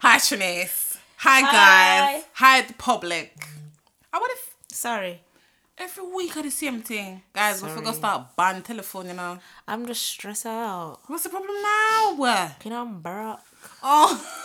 Shanice. Hi, guys. Hi, the public. I would have Sorry. every week I the same thing, guys. We forgot Sorry. to start ban telephone, you know. I'm just stressed out. What's the problem now? You know, I'm broke. Oh.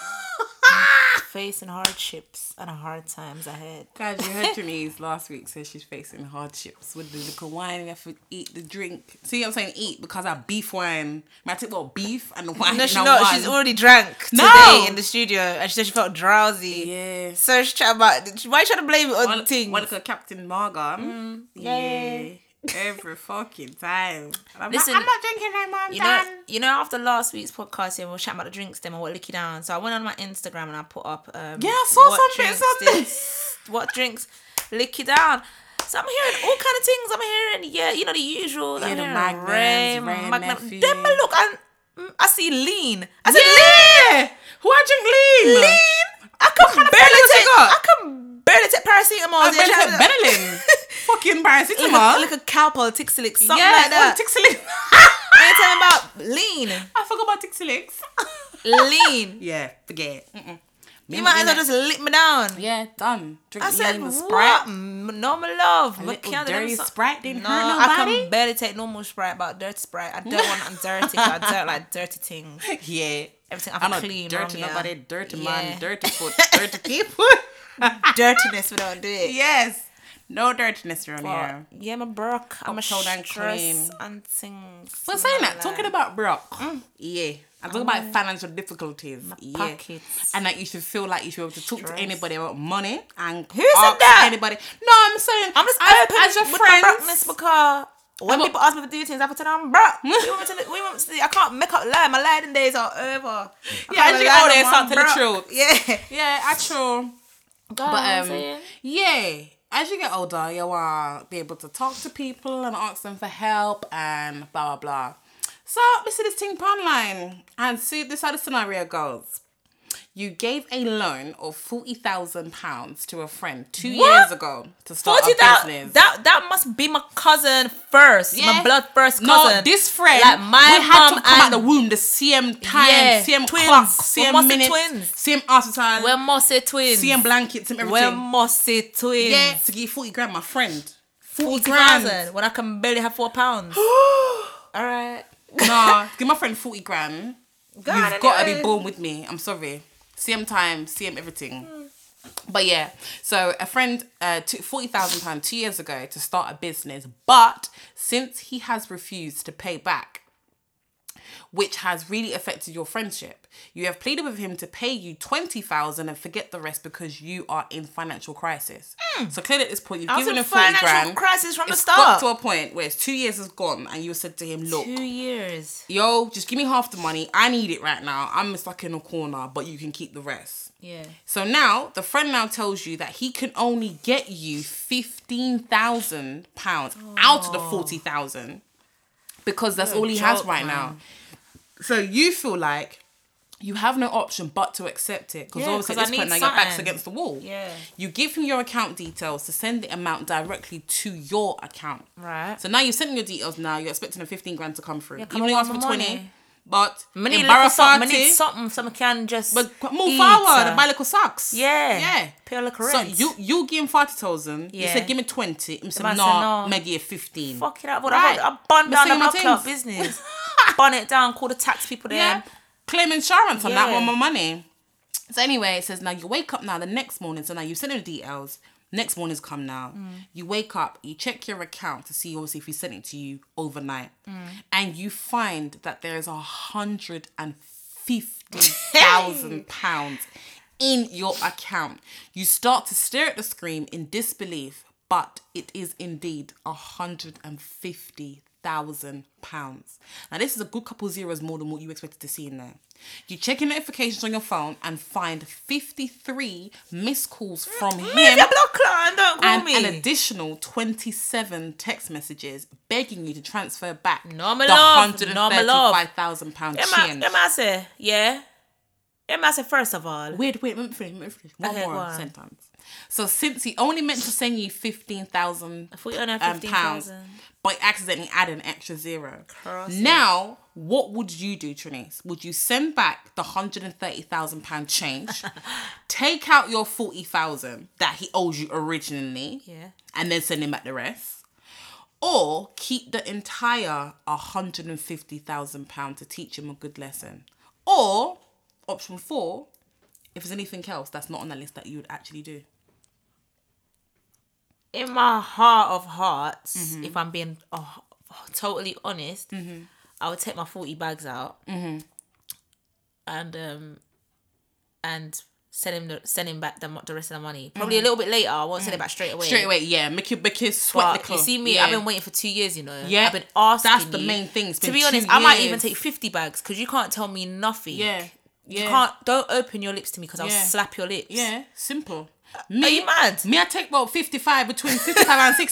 Facing hardships and hard times ahead. Guys, you heard Janice last week says she's facing hardships with the little wine and have to eat the drink. See, I'm saying eat because I beef wine. My tip about beef and the wine. No, in she's a not. one. She's already drank today No! in the studio, and she said she felt drowsy. Yeah. So she tried about. Why you trying to blame it on Well, things? well, like Captain Mm, Morgan. yeah. Every fucking time. And I'm, Listen, not, I'm not drinking no more. I'm You know, done. you know, after last week's podcast, here, we were chatting about the drinks, then I went looking down. So I went on my Instagram and I put up. Um, yeah, I saw what something. drinks Something. did- what drinks lick you down. So I'm hearing all kind of things. I'm hearing yeah, you know the usual. Yeah, I'm the hearing Magnums, Ray Ray, Magnum. Matthews. Then I look and mm, I see lean. I said Yeah. Who I drink lean? lean, lean. I can barely take. fellas you got? I can barely take paracetamol. I better yeah, like- Benelin. Fucking Like a, paracetamol. like a cowpole, Tixilix, something Yeah, like that. oh, Tixilix. Are you talking about I forgot about Tixilix. lean? Lean. Yeah, forget. you might as well just lick me down. Yeah, done. Drink I said, the what? M- Normal love. little Mackenzie, them dirty so- Sprite didn't no, hurt I nobody? can barely take normal Sprite, but dirty Sprite, I don't want dirty. 'cause I don't like dirty things. Yeah. Everything I'm I'm not clean. dirty wrong, nobody, yeah. dirty Yeah. man, dirty foot, dirty people. Dirtiness, we don't do it. yes. No dirtiness around But, here. yeah, my broke. I'm a Uptold and stress clean. and things. But saying that, talking about Brock, Mm, yeah, I'm talking about financial difficulties, yeah, Oh. pockets. and that you should feel like you should be able to talk Stress. to anybody about money and Who said ask that? anybody. No, I'm saying I'm just as, open as your with my friends. brokenness because when I'm a- people ask me to do things, I have to tell them I'm broke. we want to, we want to, I can't make up lie. My lying days are over. I Yeah, can't as you lie go no there, more, start I'm to the broke. truth. Yeah. Yeah, actual. but, But um, yeah, as you get older, you will be able to talk to people and ask them for help and blah blah blah. So we see this thing online and see this how the scenario goes. You gave a loan of forty thousand pounds to a friend two What? years ago to start Forty a thousand. business. That that must be my cousin first, Yeah. my blood first no, cousin. this friend, like my we had mum to come out and- the womb the same time, Yeah, same twins. clock, We same must be minute, twins. same hospital, we're Mossy twins. same blankets, same we're everything. Mossy twins. Yeah, to give forty grand, my friend. Forty, Forty grand. thousand when I can barely have four pounds. All right. nah, give my friend forty grand. Go on You've got to be anyway. born with me. I'm sorry. Same time, same everything. But yeah, so a friend uh, took forty thousand pounds two years ago to start a business, but since he has refused to pay back, which has really affected your friendship, you have pleaded with him to pay you twenty thousand and forget the rest because you are in financial crisis. So clearly at this point, you've Hmm. I was given in him forty financial grand. crisis from it's the got start. to a point where it's two years has gone, and you said to him, "Look, Two years. yo, just give me half the money. I need it right now. I'm stuck in a corner, but you can keep the rest. Yeah. So now the friend now tells you that he can only get you fifteen thousand pounds out of the Oh. forty thousand because that's You're a all he has joke, right now. So you feel like you have no option but to accept it because Yeah, obviously 'cause I at this point now need your back's something. against the wall. Yeah. You give him your account details to send the amount directly to your account. Right. So now you've sent me your details. Now you're expecting a fifteen grand to come through. Yeah, you come only on, asked for my twenty, money. but Many little embarrassed something, many party, something, some can just but move eat, forward uh, and buy little socks. Yeah. yeah. Pay like So rent. you you give him forty thousand. You Yeah. said give me twenty. I'm man saying said, no, no. maybe a fifteen. Fuck it up. Well, Right. I, I bun Me down the singing my block club things. business. bun it down, call the tax people there. Yeah. Claim insurance on that Yeah. one, my money. So anyway, it says now you wake up now the next morning. So now you send him the details. Next morning's come now. You wake up, you check your account to see obviously if he sent it to you overnight, and you find that there is a hundred and fifty thousand pounds in your account. You start to stare at the screen in disbelief, but it is indeed a hundred and fifty thousand pounds. Now this is a good couple zeros more than what you expected to see in there. You check your notifications on your phone and find fifty-three missed calls from Move him your block club and don't call and Mm, me. an additional 27 text messages begging you to transfer back Normal the love, normal love. 135,000 pound Them I- change. them I say, yeah. Them I say, first of all. Wait, wait, wait, wait, wait, wait, one Okay, more go on. sentence. So since he only meant to send you fifteen thousand If we earn her um, fifteen pounds, thousand, but you accidentally add an extra zero. Cross it. Now, what would you do, Trinice? Would you send back the hundred and thirty thousand pound change, take out your forty thousand that he owes you originally, yeah, and then send him back the rest, or keep the entire hundred and fifty thousand pound to teach him a good lesson, or option four, if there's anything else that's not on the list that you would actually do. in my heart of hearts, Mm-hmm. if I'm being oh, totally honest, I would take my forty bags out Mm-hmm. and um and send him the, send him back the, mo- the rest of the money. Probably a little bit later. I won't send it back straight away. Mm-hmm. Straight away, yeah, make your make your sweat the But you cloth. see me, Yeah. I've been waiting for two years. You know, Yeah. I've been asking. That's the you. main thing. It's to been be honest, two I might even years. take fifty bags because you can't tell me nothing. Yeah. Yeah. You can't. Don't open your lips to me because I'll Yeah. slap your lips. Yeah, simple. Are Me, you mad? me, I take about 55 between 55 and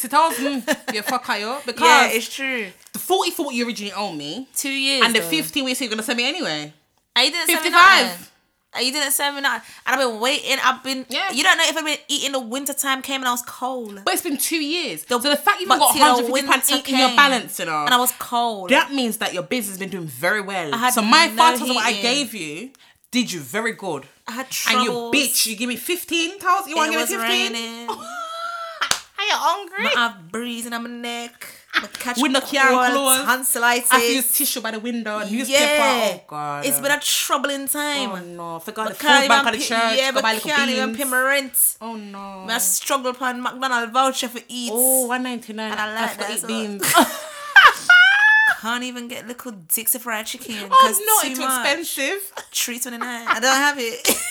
60,000. Yeah, fuck her, yo. Because Yeah, it's true. the 40 40 you originally owe me, Two years and the though. 15 we say you're going to send me anyway. And you didn't send me 55. nothing. And you didn't send me nothing. And I've been waiting. I've been. Yeah. You don't know if I've been eating. The winter time came and I was cold. But it's been two years. so the fact you've But got 150 till pounds winter in your came balance, you know, And I was cold. that means that your business has been doing very well. had so my no five thousand what I heating. gave you did you very good. I had And troubles. you bitch, you give me 15,000? You want It to give was me 15? raining. Are you hungry? I have breeze in my neck. I catch With no care and colds, clothes. tonsillitis. I use tissue by the window, newspaper. Yeah. Oh god. It's been a troubling time. Oh no, forgot the But can't food bank even at the pay- church. Yeah, go but buy little can't even beans. pay my rent. Oh no. I struggle upon McDonald's voucher for eats. Oh, 199. And I like for that eight as well. beans. Can't even get little Dixie fried chicken. oh no, too it's too much. expensive. Three twenty nine. I don't have it.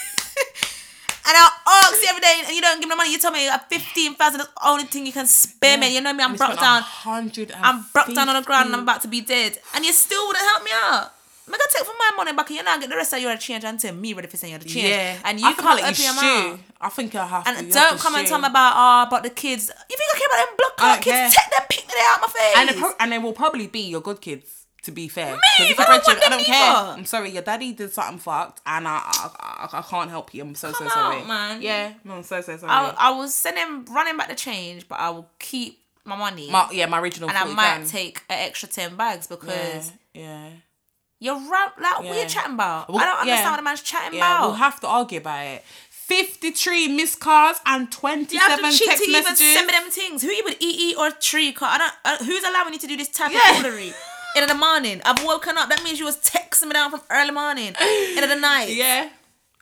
And I ask you every day, and you don't give me the money. You tell me a fifteen thousand is the only thing you can spare me. You know me. I'm broke down. Hundred. I'm broke down on the ground and I'm about to be dead. And you still wouldn't help me out. Make I take for my money back and you're not get the rest of your change and tell me ready for saying you're the change. Yeah, And you I think I'll can't let open you your stew. mouth. I think I have to. And you have don't to come and stew. tell me about oh about the kids. You think I care about them block I card don't kids? care. Take them pick them out my face. And they, pro- and they will probably be your good kids. To be fair, 'Cause if I you're don't pregnant, want them either. I'm sorry, your daddy did something fucked, and I I, I, I can't help you. I'm so Come so sorry, out, man. Yeah, no, I'm so so sorry. I, I will send him running back the change, but I will keep my money. my, yeah, my original. and I 40 might grand. take an extra ten bags because Yeah, yeah. you're ra- like what are Yeah. you chatting about? Well, I don't understand yeah. what the man's chatting Yeah, about. we'll have to argue about it. 53 missed calls and you have 27 to cheat text to even messages. send me them things. Who even EE or tree car? I don't. Uh, who's allowing you to do this type Yeah. of foolery? In the morning, I've woken up. That means you was texting me down from early morning. In the night, yeah.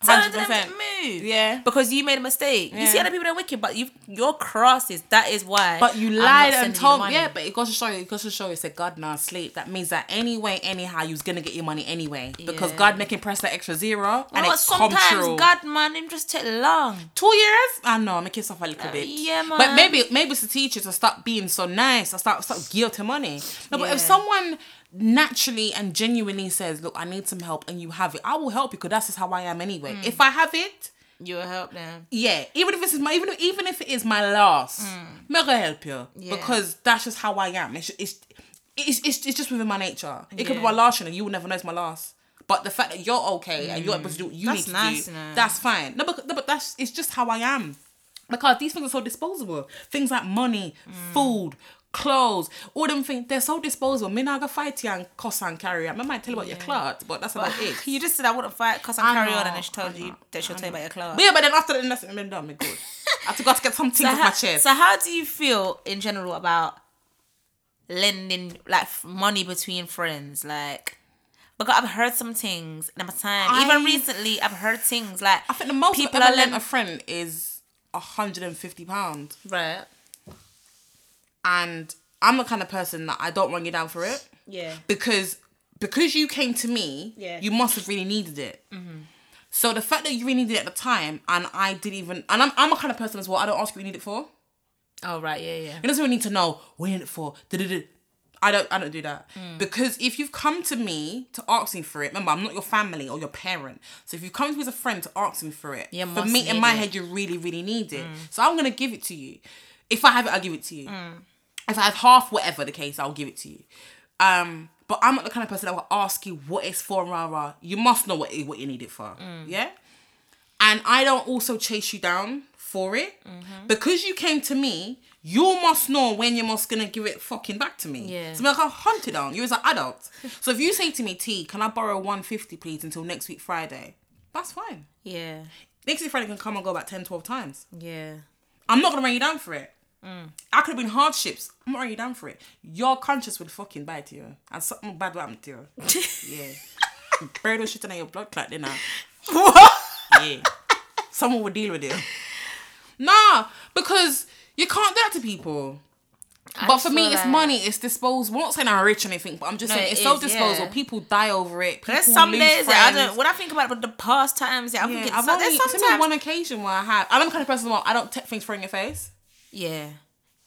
Tell them to 100%. move. Yeah. because you made a mistake. You see Yeah. other people are wicked, but you your crosses. That is why. But you I'm not lied and sending you told money. me. Yeah, but it goes to show you, it goes to show you, it's a God now sleep. That means that anyway, anyhow, you was going to get your money anyway. Because Yeah. God making press that extra zero and You know what? it come true. sometimes God man, him just take long. Two years? I know, make yourself a little bit. Uh, yeah, But man. maybe maybe it's the teachers will stop being so nice. I start start guilty money. No, but if Yeah. someone naturally and genuinely says, Look, I need some help and you have it, I will help you because that's just how I am anyway. Hmm. If I have it, You'll help them. yeah, even if it's my even if, even if it is my last, me gonna help you Mm. Yeah. because that's just how I am. It's it's it's, it's, it's just within my nature. It could be my Yeah. last, you know, you will never know it's my last. But the fact that you're okay and you're able to do what you That's need to nice, do, you know. that's fine. No, but no, but that's it's just how I am. Because these things are so disposable. Things like money, Mm. food, clothes, all them things, they're so disposable. Me not gonna fight you and cuss and carry on. I might tell you about your clot, but that's about it. You just said I wouldn't fight because I I'm carry on, know, and then she told you that she'll tell you about your clothes. But yeah, but then after that, that's been done. Me good. I have to go to get some things off how, my chest. so how do you feel in general about lending like f- money between friends? Like because I've heard some things in my time. I- Even recently I've heard things like I think the most people I've are ever lent a lending friend is hundred and fifty pounds, right. and I'm the kind of person that I don't run you down for it Yeah. because because you came to me, Yeah. Mm-hmm. you must have really needed it. So the fact that you really needed it at the time, and I didn't even, and I'm I'm a kind of person as well. I don't ask you what you need it for. Oh right, yeah, yeah. It doesn't really need to know what you need it for. Da-da-da. I don't I don't do that. Mm. Because if you've come to me to ask me for it, remember I'm not your family or your parent. So if you've come to me as a friend to ask me for it, You for must me in need my it. Mm. head you really, really need it. So I'm gonna give it to you. If I have it, I'll give it to you. Mm. If I have half whatever the case, I'll give it to you. Um but I'm not the kind of person that will ask you what it's for, rah rah. You must know what, it- what you need it for. Yeah? and I don't also chase you down for it because you came to me. You must know when you must gonna give it fucking back to me. Yeah. So like I hunted down you as an adult. So if you say to me, T, can I borrow one fifty please until next week Friday? That's fine. Yeah. Next week Friday can come and go about 10, 12 times. Yeah. I'm not gonna run you down for it. Mm. I could have been hardships. I'm not running you down for it. Your conscience would fucking bite you, and something bad would happen to you. Yeah. Bury those shit in your blood clot, then. what? Yeah. Someone would deal with it. Nah, because you can't do that to people. but for me, feel it's like- money, it's disposable. I'm not saying I'm rich or anything, but I'm just No, saying it it's is, so disposable. yeah. People die over it. People There's some lose days that I friends. don't. When I think about the past times, yeah, I Yeah, think I've it's, only, there's it's sometimes. only one occasion where I have. I'm the kind of person where I don't take things thrown in your face. yeah.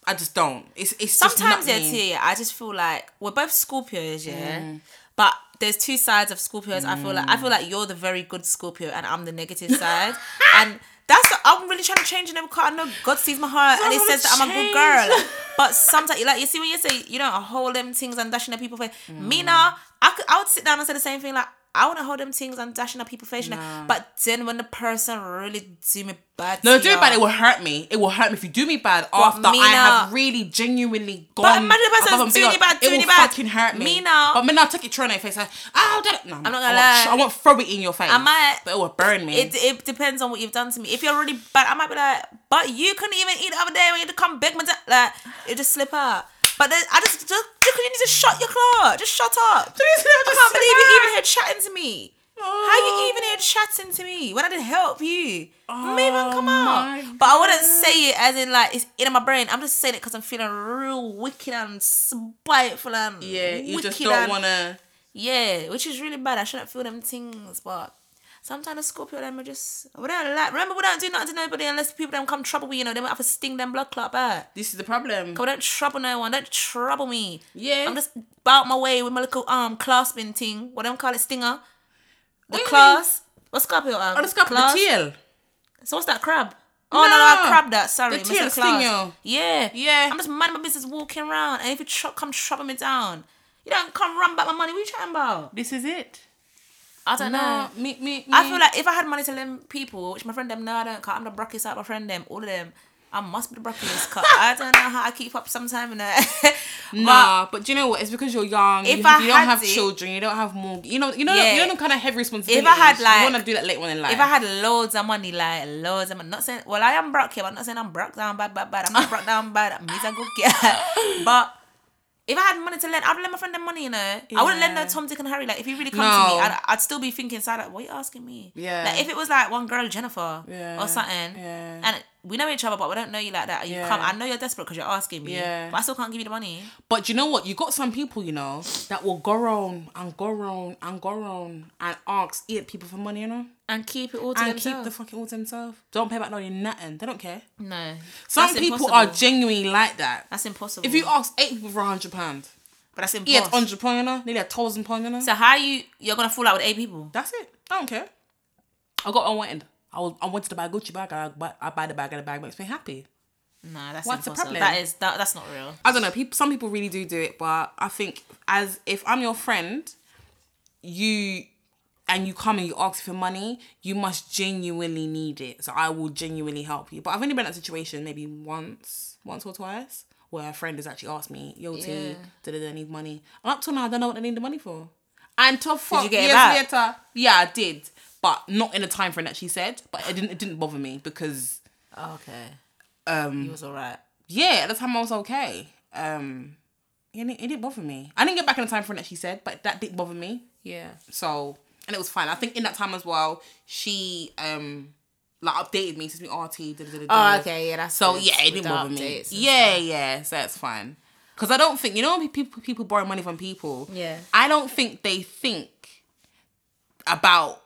I just don't. It's it's Sometimes just not yeah, me. Mm. too. Yeah, I just feel like we're both Scorpios, yeah. But there's two sides of Scorpios. I feel like I feel like you're the very good Scorpio and I'm the negative side, and that's I'm really trying to change and because I know God sees my heart and He wanna says that I'm a good change. girl. But sometimes, like you see, when you say you know, I hold them things and dashing at people face. Mm. Me now, I could I would sit down and say the same thing like. I want to hold them things and dashing at people face, you know. but then when the person really do me bad, No, to do you, it bad. It will hurt me. It will hurt me if you do me bad after me I now- have really genuinely gone. But imagine the person above and doing beyond. it bad, It doing will it bad. fucking hurt me. Me now- But me now take it throw in your face. Like, I'll do it. No, I'm not I gonna won't, lie. I won't throw it in your face. I might- But it will burn me. It, it depends on what you've done to me. If you're really bad, I might be like, but you couldn't even eat the other day when you had to come beg my dad. Like, it just slip out. But then I just, just, just you need to shut your clock. Just shut up. you see, I I just can't slip believe you out. even here chatting to me. Oh. How you even here chatting to me when I didn't help you? Maybe I'll come Oh out. my But I wouldn't say it as in like it's in my brain. I'm just saying it because I'm feeling real wicked and spiteful and yeah, you just wicked don't and- want to. yeah, which is really bad. I shouldn't feel them things, but sometimes a Scorpio them are just we don't like remember we don't do nothing to nobody unless people don't come trouble with you know, they might have to sting them blood clot back. This is the problem. But don't trouble no one, don't trouble me. Yeah. I'm just about my way with my little arm clasping thing. What don't call it stinger? The What do you class. What's Scorpio arm? I just got Clasp? the tail. So what's that crab? Oh no, no, I No. crabbed that. Sorry, The Mr. tail Class. sting you. Yeah, Yeah. I'm just minding my business, walking around, and if you tr- come trouble me down, you don't come run back my money. What you chatting about? This is it. I don't know. No, me, me, me. I feel like if I had money to lend people, which my friend them, no, I don't. Cause I'm the brockiest out my friend them, all of them. I must be the brockiest. Cause I don't know how I keep up sometime in that. Nah, but, do you know what? It's because you're young. If you, I you don't had have it- children. You don't have more. You know, you know, Yeah. you know, them kind of heavy responsibilities. had, like- you want to do that later on in life. If I had loads of money, like loads of money, not saying well I am broke here, but I'm not saying I'm broke down bad, bad, bad. I'm not broke down bad. I'm a good kid. But if I had money to lend, I'd lend my friend them money, you know. I wouldn't lend no Yeah. Tom, Dick, and Harry. Like if you really come to No. me, I'd, I'd still be thinking inside like, what are you asking me? Yeah. Like if it was like one girl, Jennifer, Yeah. or something, Yeah. and we know each other, but we don't know you like that. And you Yeah. come, I know you're desperate because you're asking me, Yeah. but I still can't give you the money. But you know what? You got some people, you know, that will go around and go around and go around and ask idiot people for money, you know, And keep it all to and themselves. keep the fucking all to themselves. Don't pay back no nothing. They don't care. no. Some That's people impossible. are genuinely like that. That's impossible. If you ask eight people for a hundred pound, but that's impossible. yeah, it's hundred pound, you know, nearly a thousand pound, you know. So how you you're gonna fall out with eight people? That's it. I don't care. I got unwanted. I was I wanted to buy a Gucci bag. I buy, I buy the bag, and the bag makes me happy. No, that's What's the impossible. problem? That is that, that's not real. I don't know. People, some people really do do it, but I think as if I'm your friend, you and you come and you ask for money, you must genuinely need it. So I will genuinely help you. But I've only been in that situation maybe once, once or twice, where a friend has actually asked me, "Yo, Yeah. T, did I need money?" And up till now, I don't know what I need the money for. And to fuck you get it years back? later, yeah, I did, but not in the time frame that she said. But it didn't, it didn't bother me because okay. Um, he was alright. yeah, at the time I was okay. Um, it didn't, it didn't bother me. I didn't get back in the time frame that she said, but that didn't bother me. Yeah. So, and it was fine. I think in that time as well, she um like updated me, says me RT. Da, da, da, da. Oh, okay. Yeah, that's So good. yeah, it With didn't the bother me. updates and Yeah, yeah. So that's fine. Because I don't think you know when people people borrow money from people. Yeah. I don't think they think about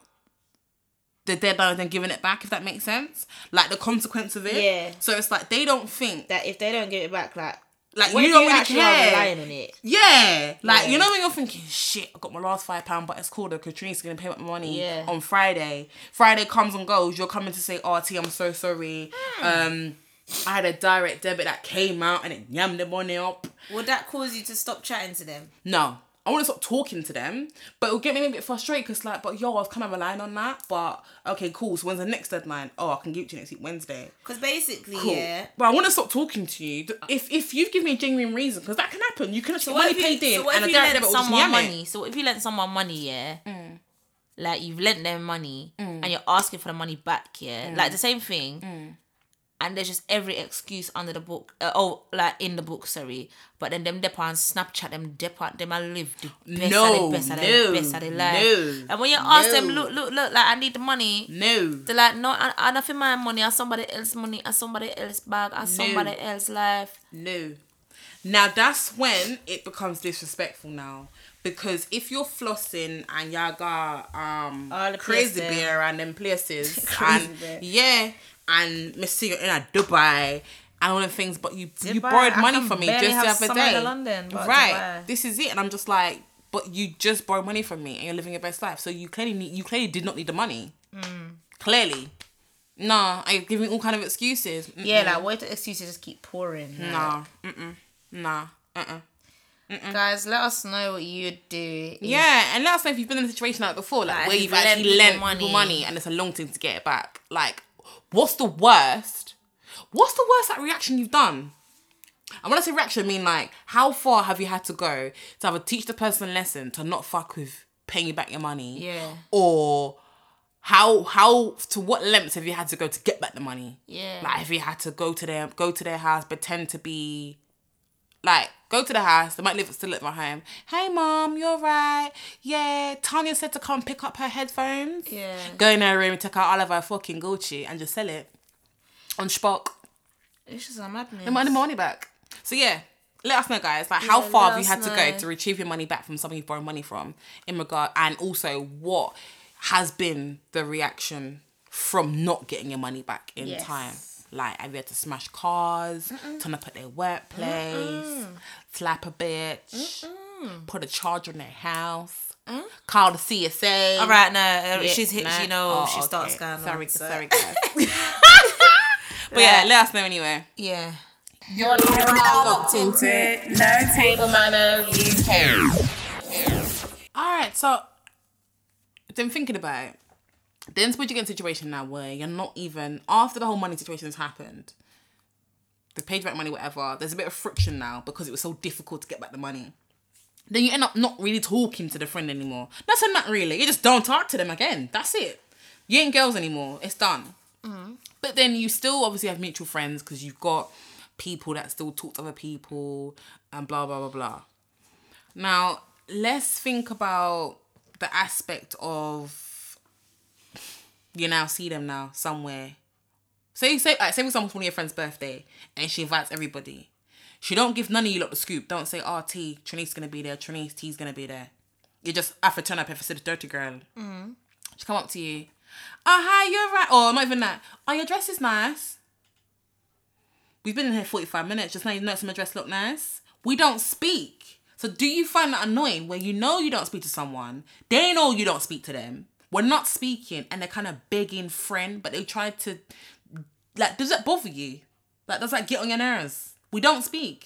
the deadline and then giving it back. If that makes sense, like the consequence of it. Yeah. So it's like they don't think That if they don't give it back, like like what you if don't really are care. on it. Yeah, like Yeah. you know when you're thinking, shit, I got my last five pound, but it's cool. The Katrina's gonna pay my money Yeah. on Friday. Friday comes and goes. You're coming to say, "RT, I'm so sorry. Hmm. Um, I had a direct debit that came out and it yammed the money up." Would that cause you to stop chatting to them? No, I want to stop talking to them, but it'll get me a bit frustrated because, like, but yo, I've kind of relying on that. But okay, cool. So when's the next deadline? Oh, I can give it to you next week, Wednesday. Because basically, Cool. yeah. But I want to stop talking to you. D- If if you've given me a genuine reason, because that can happen. You can actually money paid in what and a if you direct lent debit will just someone yam it. money? So what if you lent someone money, yeah? Like you've lent them money and you're asking for the money back, yeah? Like the same thing. And there's just every excuse under the book. Uh, oh, like in the book, sorry. But then them depart on Snapchat, them depart, them I live the best No, of the best of no, the best of the life. no, and when you ask them, no. look, look, look, like I need the money. No. They're like, no, I, I don't feel my money. I somebody else money. I somebody else bag. I somebody else life. No. Now that's when it becomes disrespectful now. Because if you're flossing and y'all got um All the crazy places. beer and them places Crazy and beer. yeah and me see you in a Dubai and all the things but you you Dubai, borrowed I money can from me just barely the have other summer in day. London, but right. Dubai. This is it and I'm just like but you just borrowed money from me and you're living your best life. So you clearly need you clearly did not need the money. Mm. Clearly. Nah, I give me all kind of excuses. Mm-mm. Yeah, like what if the excuses just keep pouring? like- Nah. Mm-mm. Nah. Uh-uh. Guys, let us know what you do. if- Yeah, and let us know if you've been in a situation like before, like, Like, where if you've you lent actually people lent money. money. money and it's a long time to get it back. Like, what's the worst? What's the worst like reaction you've done? And when I say reaction, I mean like, how far have you had to go to either teach the person a lesson to not fuck with paying you back your money? Yeah. Or how how to what lengths have you had to go to get back the money? Yeah. Like if you had to go to their go to their house, pretend to be like go to the house. They might live still at my home. Hey mom, you're right. Yeah, Tanya said to come pick up her headphones. Yeah. Go in her room, take out all of her fucking Gucci, and just sell it on Spock. It's just a madness. And money, money back. So yeah. Let us know, guys. Like, how Yeah, far let have you us had to know. go to retrieve your money back from someone you borrowed money from, in regard, and also what has been the reaction from not getting your money back in Yes. time? Like, have you had to smash cars, turn up at their workplace, slap a bitch, put a charge on their house, call the CSA? Mm? All right, no, uh, Yeah, she's hit. no. She knows. Oh, she starts okay. going. Sorry, on, so- sorry, guys. but yeah, let us know anyway. Yeah. You're now locked into No Table Manners UK. All right, so then thinking about it, then suppose you get in a situation now where you're not even after the whole money situation has happened, the paid back money, whatever. There's a bit of friction now because it was so difficult to get back the money. Then you end up not really talking to the friend anymore. Not saying not really. You just don't talk to them again. That's it. You ain't girls anymore. It's done. But then you still obviously have mutual friends because you've got people that still talk to other people and blah blah blah blah. Now, let's think about the aspect of you now see them now somewhere. Say say like, say for example, it's one of your friend's birthday and she invites everybody. She don't give none of you lot the scoop. Don't say, oh, T, Trini's gonna be there, Trini's T's gonna be there. You just have to turn up if it's a dirty girl. She come up to you. Oh hi, you're right. Or not even that. Oh, your dress is nice. We've been in here 45 minutes. Just now you notice my dress look nice. We don't speak. So do you find that annoying where you know you don't speak to someone, they know you don't speak to them. We're not speaking and they're kind of begging friend, but they try to like does that bother you? Like does that get on your nerves? We don't speak.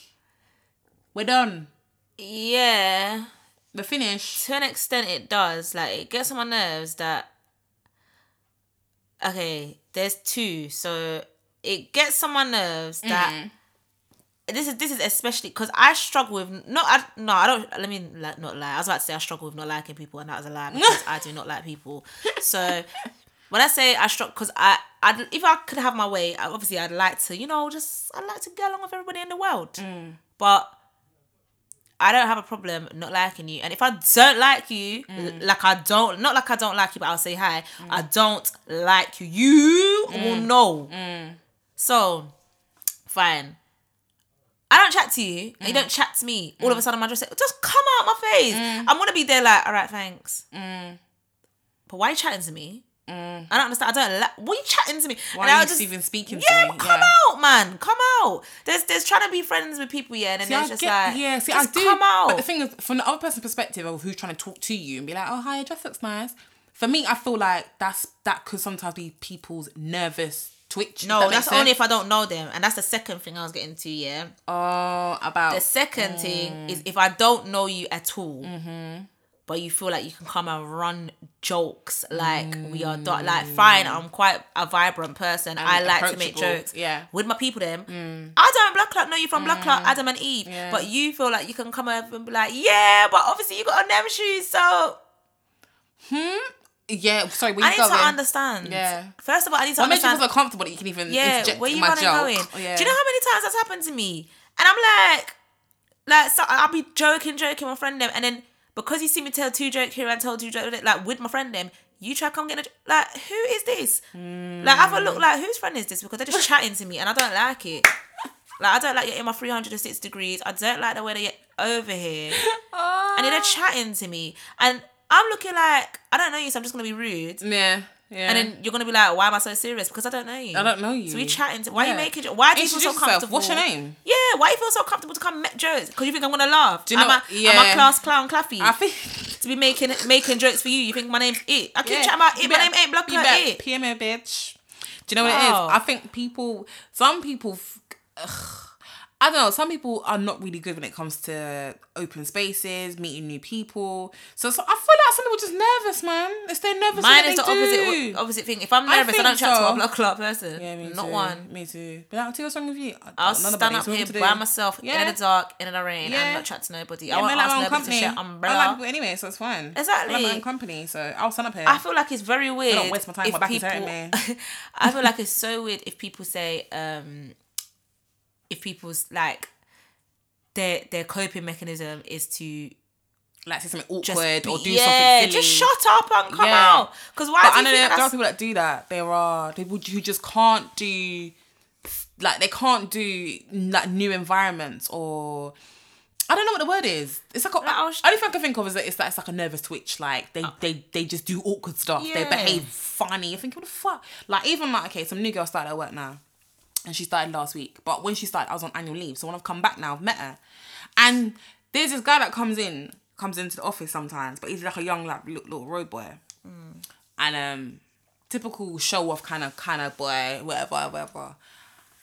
We're done. Yeah. We're finished. To an extent, it does. Like it gets on my nerves that. Okay, there's two. So it gets on my nerves that. This is this is especially because I struggle with not I, no I don't let me like not lie I was about to say I struggle with not liking people and that was a lie because I do not like people so when I say I struck, because I, I, if I could have my way, I- obviously I'd like to, you know, just I'd like to get along with everybody in the world. But I don't have a problem not liking you, and if I don't like you, Mm. l- like I don't, not like I don't like you, but I'll say hi. I don't like you. You Mm. will know. So, fine. I don't chat to you. and Mm. You don't chat to me. All of a sudden, my just just come out my face. Mm. I'm gonna be there like, all right, thanks. But why you chatting to me? I don't understand. I don't. Like, what are you chatting to me? Mm. Why And are I'll you just even speaking to yeah, me? come out, man. Come out. There's there's trying to be friends with people, yeah, and then See, there's I just get, like yeah, see, just I do. come out. But the thing is, from the other person's perspective of who's trying to talk to you and be like, "Oh, hi, your dress looks nice." For me, I feel like that's that could sometimes be people's nervous Twitch. Does that No, make that's sense? only if I don't know them, and that's the second thing I was getting to. Yeah, Oh, about the second Mm. thing is if I don't know you at all, Mm-hmm. but you feel like you can come and run jokes like we are dot like fine. I'm quite a vibrant person. I like to Mm. make approachable, Mm. jokes. yeah. with my people them. I don't Black Clock know you from Black Mm. Clock Adam and Eve, but you feel like you can come over and be like yeah, but obviously you got on them shoes, so yeah. Sorry, where I you need going? to understand. Yeah. First of all, I need to What makes you understand feel so comfortable that you can even yeah, interject where in you my running joke? going? Yeah. Do you know how many times that's happened to me? And I'm like, like so I'll be joking, joking my friend them, and then because you see me tell two joke here and tell two joke there, like with my friend them, you try come get a j- like who is this? Hmm. Like have a look, like whose friend is this? Because they're just chatting to me, and I don't like it. Like I don't like you're in my 306 degrees. I don't like the way that you're over here, and they're Ah. chatting to me, and I'm looking like I don't know you, so I'm just gonna be rude. Yeah. Yeah. And then you're gonna be like, "Why am I so serious? Because I don't know you. I don't know you. So we chatting. To, why Yeah. are you making? jo- Why do you feel so Introduce yourself. comfortable? What's your name? Yeah. Why you feel so comfortable to come make jokes? Because you think I'm gonna laugh. Do you I'm know- a, I'm yeah. a class clown, clappy. I think to be making making jokes for you. You think my name's it? I keep chatting about it. My name ain't eh? Oh. blood Be clot back. it. PMO bitch. Do you know what Wow. it is? I think people, some people, f- ugh, I don't know. Some people are not really good when it comes to open spaces, meeting new people. So, so I feel like some people are just nervous, man. It's their nervous. Mine Mine is the opposite opposite thing. If I'm I nervous, I, don't think chat to so. a blood clot person. Not too. one. Me too. But like, what's wrong with you? I- I'll none of it. stand up It's wrong here to do. by myself Yeah. in the dark, in the rain, Yeah. and not chat to nobody. Yeah, I I won't like my ask own nobody to company. share umbrella. I like people anyway, so it's fine. I like Exactly. my own company, so I'll stand up here. I feel like it's very weird. don't waste my time, if my back is hurting people- I feel like it's so weird if people say, um, if people's like their their coping mechanism is to like say something just awkward be- or do yeah, something silly. just shut up and come Yeah. out. Because why? But do I know you think there, there are that's- people that do that. There are people who just can't do, like they can't do like new environments or. I don't know what the word is. It's like a, I was- Oh. only thing I can think of is that it's like it's like a nervous twitch. Like they they they just do awkward stuff. They Yeah. behave funny. I think what the fuck. Like even like okay, some new girl started at work now, and she started last week. But when she started, I was on annual leave. So when I've come back now, I've met her, and there's this guy that comes in comes into the office sometimes, but he's like a young like little, little road boy and um typical show off kind of kind of boy whatever whatever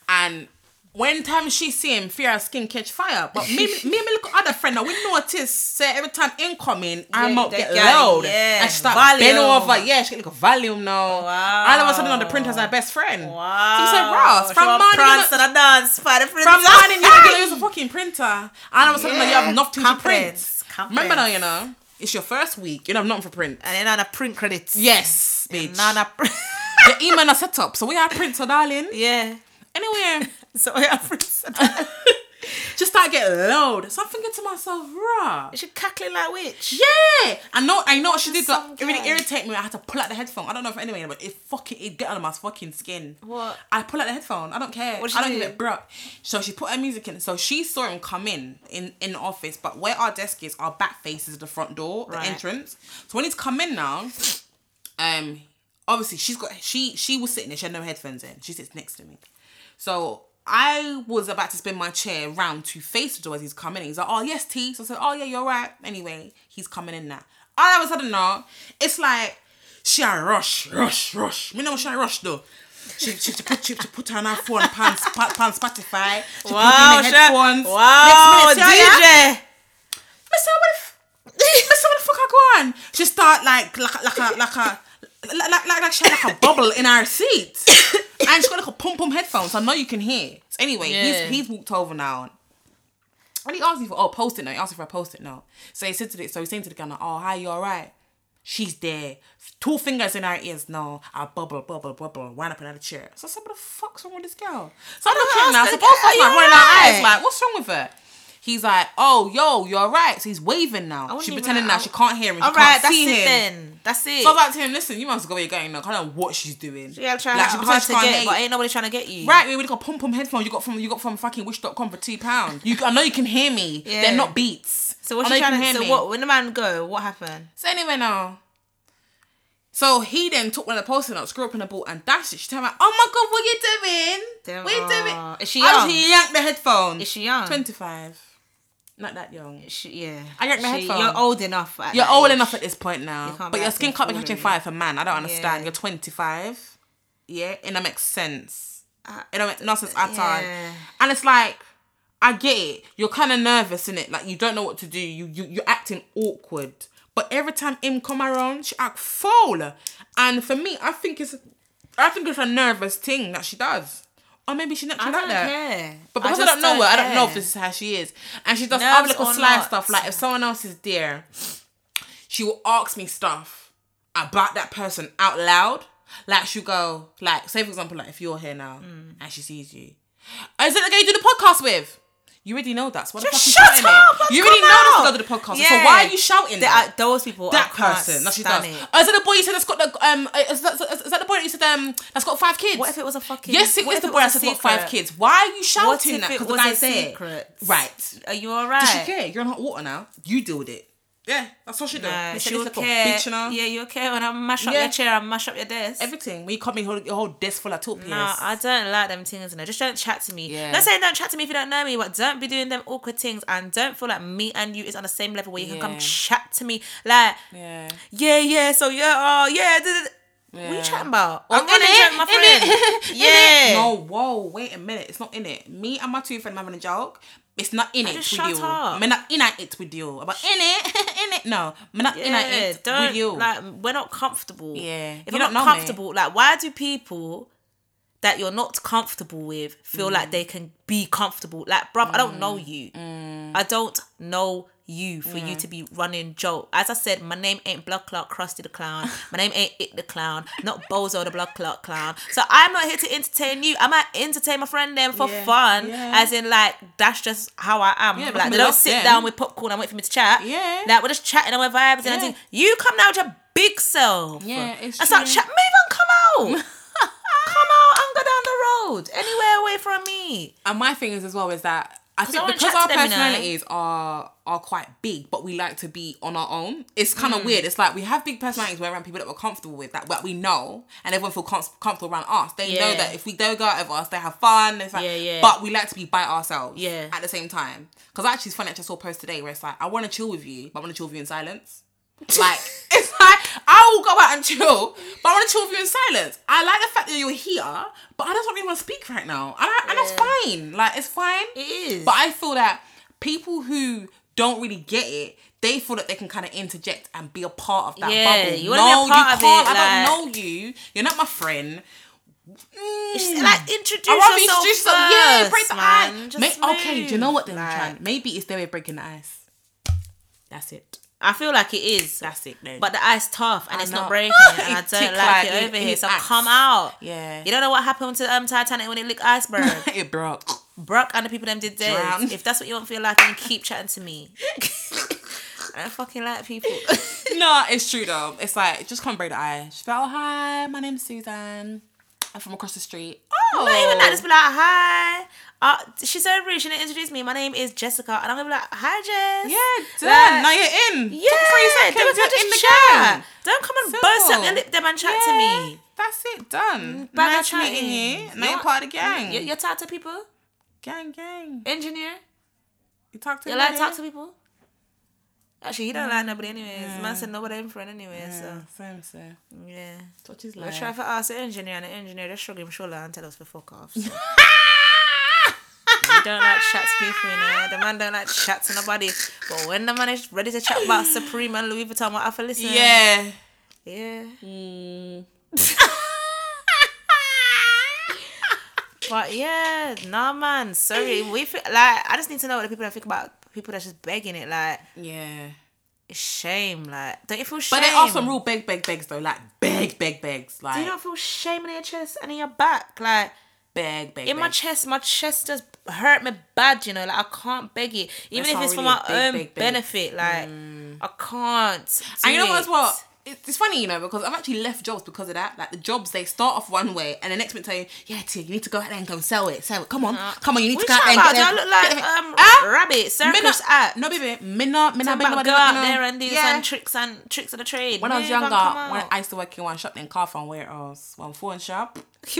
and when time she see him fear her skin catch fire but me me and my little other friend now we notice say every time incoming i'm Yeah, up that get guy, loud yeah. and she start Valium. bend over yeah she get like a volume now Wow. all of a sudden on the printer's her best friend so I'm saying, Wow. Ross, So from I'm Marnie, prancing you're and I dance, by the from friends. mine and you're gonna use a fucking printer. And all of a sudden now you Yeah. have nothing to print. Confidence, confidence. Remember now, you know, it's your first week, you don't have nothing for print. And then on a print credits. Yes, bitch. None of The email are set up, so we are printer, darling. Yeah. Anyway, So yeah, prints. just start getting loud. So I'm thinking to myself, rah. She cackling like witch. Yeah, I know. I know what she did. Some That it really guy. irritated me. I had to pull out the headphone. I don't know if anyway, but it fucking it get under my fucking skin. What? I pull out the headphone. I don't care. What'd she I don't do? give it, bruh. So she put her music in. So she saw him come in in in the office, but where our desk is, our back faces the front door, Right. the entrance. So when he's come in now, um, obviously she's got she she was sitting there. She had no headphones in. She sits next to me. So I was about to spin my chair round to face the door as he's coming in. He's like, oh, yes, T. So I said, oh, yeah, you're right. Anyway, he's coming in now. All of a sudden, now, it's like, she a rush, rush, rush. Me know she a rush, though. She, she, she, put, she, she put on her phone, pan, spa- pan Spotify. She Wow, put in she- the headphones. wow, Next minute, she, oh, yeah. DJ. Mister, what the f- Mister, what the fuck I go on? She start like like a- like a like a like like, like, like she had like a bubble in her seat, and she got like a pom pom headphones. So I know you can hear. So anyway, Yeah. he's he's walked over now. And he asked me for oh post it note. He asked me for a post it note. So he said to the so he's saying to the guy, like, oh hi, you alright? She's there. Two fingers in her ears. No, I bubble, bubble, bubble. Wind up in her chair. So I said, what the fuck's wrong with this girl? So I'm looking now. asked So the both of us girl, like "You rolling our eyes alright?" like, what's wrong with her? He's like, oh, yo, you're right. So he's waving now. wouldn't She's even pretending know. now she can't hear him. She All right, can't that's see it him. then. That's it. So I was like to him, listen, you must go where you're going now. I don't know what she's doing. yeah, I'm trying like, like, she hard pretends to she can't get, hear but you. ain't nobody trying to get you. Right, we got pom pom headphones. You got from you got from fucking wish.com for two pounds. You, I know you can hear me. Yeah. They're not beats. So what's I know she you Oh, can trying to? hear So me. what? When the man go, what happened? So anyway now. So he then took one of the post notes, screw up in the ball, and dashed it. She turned around, oh my god, what you doing? Damn, what you doing? aw. Is she I just young? yanked the headphone. Is she young? 25. Not that young. She, yeah. I yanked my She- headphone. You're old enough. at You're that old age. enough at this point now. You can't but be your acting skin can't be foolery. catching fire for man. I don't understand. Yeah. You're 25. yeah, it don't make sense. It don't make no sense at all. Uh, yeah. And it's like, I get it. You're kind of nervous in it, like you don't know what to do. You you you're acting awkward. But every time him come around, she act foul. And for me, I think it's, I think it's a nervous thing that she does. Or maybe she naturally I like don't that. care. But because I, just don't know her, I don't know if care. this is how she is. And she does Nerves other little or sly not. stuff. Like if someone else is there, she will ask me stuff about that person out loud. Like she'll go, like, say for example, like if you're here now Mm. and she sees you. "Oh, Is it the guy you do the podcast with? You already know that's what the fuck Just you shut shouting it. up and You already come know this out. girl did the podcast. So Yeah. why are you shouting They that? are- those people? that I can't person that she stand does. it. Oh, is that the boy you said that's got the um? Is that, is that the boy that you said um that's got five kids? What if it was a fucking- Yes, it what was if the it boy was that a said got five secret? kids. Why are you What shouting if that? it Because the was guy a said it. secret? Right. Are you all Does she right? care? You're in hot water now. You deal with it. Yeah, that's what Uh, she does. Nah, They said she'll this little care. Bitch, you know? Yeah, you okay when I mash up Yeah. your chair and mash up your desk. Everything. When you come in, your whole- your whole desk full of talk Nah, I don't like them things, and just don't chat to me. Yeah. Not saying don't chat to me if you don't know me, but don't be doing them awkward things, and don't feel like me and you is on the same level where you can come Yeah. chat to me like, Yeah. yeah, yeah, so yeah, oh yeah. duh, duh, duh." What are Yeah. you chatting about? Oh, I'm gonna innit? drink my Innit? friend. Innit? Yeah. No, whoa, wait a minute. It's not in it. Me and my two friends having a joke. It's not in it just with shut you. up. Me not in at it with you. About in it, in it. No, me not in at Yeah, it don't with you. like we're not comfortable. Yeah. if You you're don't not know me. comfortable, like why do people that you're not comfortable with feel Mm. like they can be comfortable? Like, bruv, I don't know you. Mm. I don't know you for you to be running joke. As I said, my name ain't Blood Clot Krusty the Clown. My name ain't It the Clown, not Bozo the Blood Clot Clown. So I'm not here to entertain you. I might entertain my friend them for Yeah. fun. Yeah. As in like that's just how I am. Yeah, but like we they don't love sit them. down with popcorn and wait for me to chat. Yeah. Like we're just chatting and we're vibes and I Yeah. think you come now with your big self. Yeah, it's And start true. chat. Maybe come out. come out and go down the road. Anywhere away from me. And my thing is as well is that I think I wanna because chat our to them, you know. personalities are are quite big, but we like to be on our own. It's kind Hmm. of weird. It's like we have big personalities. We're around people that we're comfortable with, that, that we know, and everyone feel com- comfortable around us. They know Yeah. that if we don't go out with us, they have fun. It's like, Yeah, yeah. But we like to be by ourselves. Yeah. At the same time, because actually, it's funny. I just saw a post today where it's like, I want to chill with you, but I want to chill with you in silence. Like it's like I will go out and chill, but I want to chill with you in silence. I like the fact that you're here, but I just don't really want to speak right now, and, I, and that's fine. Like it's fine. It is. But I feel that people who don't really get it, they feel that they can kind of interject and be a part of that Yeah, bubble. you wanna be a part of it, I don't like- know you. You're not my friend. Just, Mm. Like introduce I'd rather yourself introduce first, some- Yeah, break the man. ice. Just May- okay, do you know move, what then, like- Tran? Maybe it's their way of breaking the ice. That's it. I feel like it is. That's it, then. But the ice tough and I it's know. not breaking, and I It don't tick like like it it- over it here. So acts. come out. Yeah. You don't know what happened to um Titanic when it licked iceberg. it broke. Brock and the people them did Drown. theirs. If that's what you want for your life, then keep chatting to me. I don't fucking like people. no, it's true though. It's like just come break the ice. She's like, oh hi, my name's Suzanne. I'm from across the street. Oh, Not even like just be like, hi. Uh, she's so rude. She didn't introduce me. My name is Jessica, and I'm gonna be like, hi, Jess. Oh, Yeah, Like, done. now you're in. Yeah, Took three seconds, they were you're just in the chat. game. Don't come and Simple. burst up and lip them and chat Yeah, to me. That's it, done. Bag nice of meeting chatting. you. Now You're- you're part of the gang. You, you're talk to people, gang, gang. engineer. You talk to You anybody? like talk to people. Actually, he don't like Mm. nobody anyways. Man said nobody in friend anyway. So Yeah, Same, same. yeah. Touch his Let's life. try for us, an engineer, and the engineer just shrug him shoulder and tell us to fuck off. So. we don't like chat to people, you know. The man don't like chat to nobody. But when the man is ready to chat about Supreme and Louis Vuitton, what I for listen? Yeah. Yeah. Mm. But yeah, nah, man. Sorry. We feel, like, I just need to know what the people that think about people that's just begging it. Like, yeah. it's shame. Like, don't you feel shame? But there are some real beg, beg, begs though. Like beg, beg, begs. Like You don't feel shame in your chest and in your back. Like, beg, beg, in my begs. chest, my chest just hurt me bad, you know. Like I can't beg it, even That's if not it's for really my a big, own big, big- benefit. Like I can't. Do And you know it. what as well? It's it's funny, you know, because I've actually left jobs because of that. Like the jobs, they start off one way, and the next minute tell you, "Yeah, Tia, you need to go out there and go and sell it, sell it. Come on, come on, Uh-huh. you need to What go out you there talking and about? get Do I them." look like um Ah! rabbit Me circus not- act? No, baby, me not, me not beg Talking about nobody, go out you know. there and do Yeah. some tricks and tricks of the trade. When I was Move and younger, come when out. I used to work in one shop in Carphone Warehouse, one phone shop,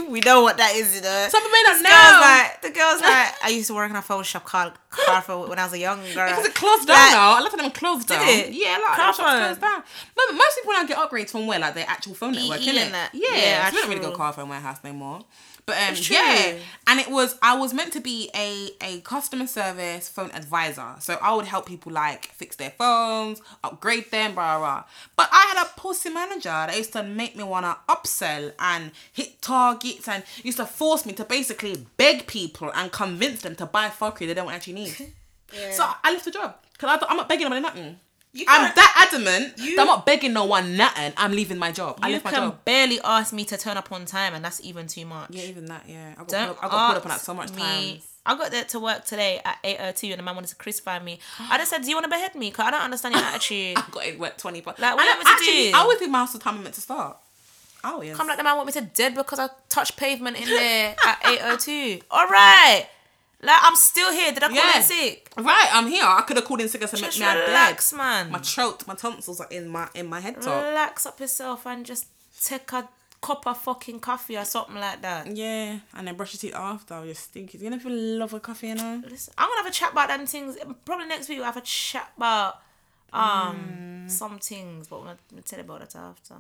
we know what that is, you know. Something made up This now. Girl's like, the girl's like, I used to work in a Photoshop car, car for when I was a young girl. Because it closed down Like, now. A lot of them closed down. it? Yeah, a lot Come of them shops on. closed down. No, but most people now get upgrades from where? Like their actual phone network, EE innit? E and that. Yeah, Yeah, so we don't really true. go car phone warehouse no more. But um, It's true. yeah, and it was I was meant to be a a customer service phone advisor, so I would help people like fix their phones, upgrade them, blah blah. But I had a pussy manager that used to make me wanna upsell and hit targets, and used to force me to basically beg people and convince them to buy fuckery they don't actually need. So I left the job because I'm not begging nobody nothing. You I'm can't- that adamant You- that I'm not begging no one nothing. I'm leaving my job. I You left my can job. barely ask me to turn up on time, and that's even too much. Yeah, even that. Yeah, I got, Don't pulled, up, I got pulled up on that ask so much me. times. I got there to work today at 8.02 and the man wanted to crucify me. I just said, do you want to behead me? Because I don't understand your attitude. I got it wet twenty bucks. Like, what am I meant to do? I always think my house the time I'm meant to start. Oh yeah. Come like the man want me to dead because I touched pavement in there at 8.02. All right. Like, I'm still here. Did I call Yeah. in sick? Right, I'm here. I could have called in sick and Just make me a dead. relax, man. My throat, my tonsils are in my in my head top. relax up yourself and just take a cup of fucking coffee or something like that. Yeah, and then brush your teeth after. You're stinky. You never love a coffee, you know. Listen, I'm gonna have a chat about them things. Probably next week we'll have a chat about um Mm. some things, but we'll we'll tell you about that after.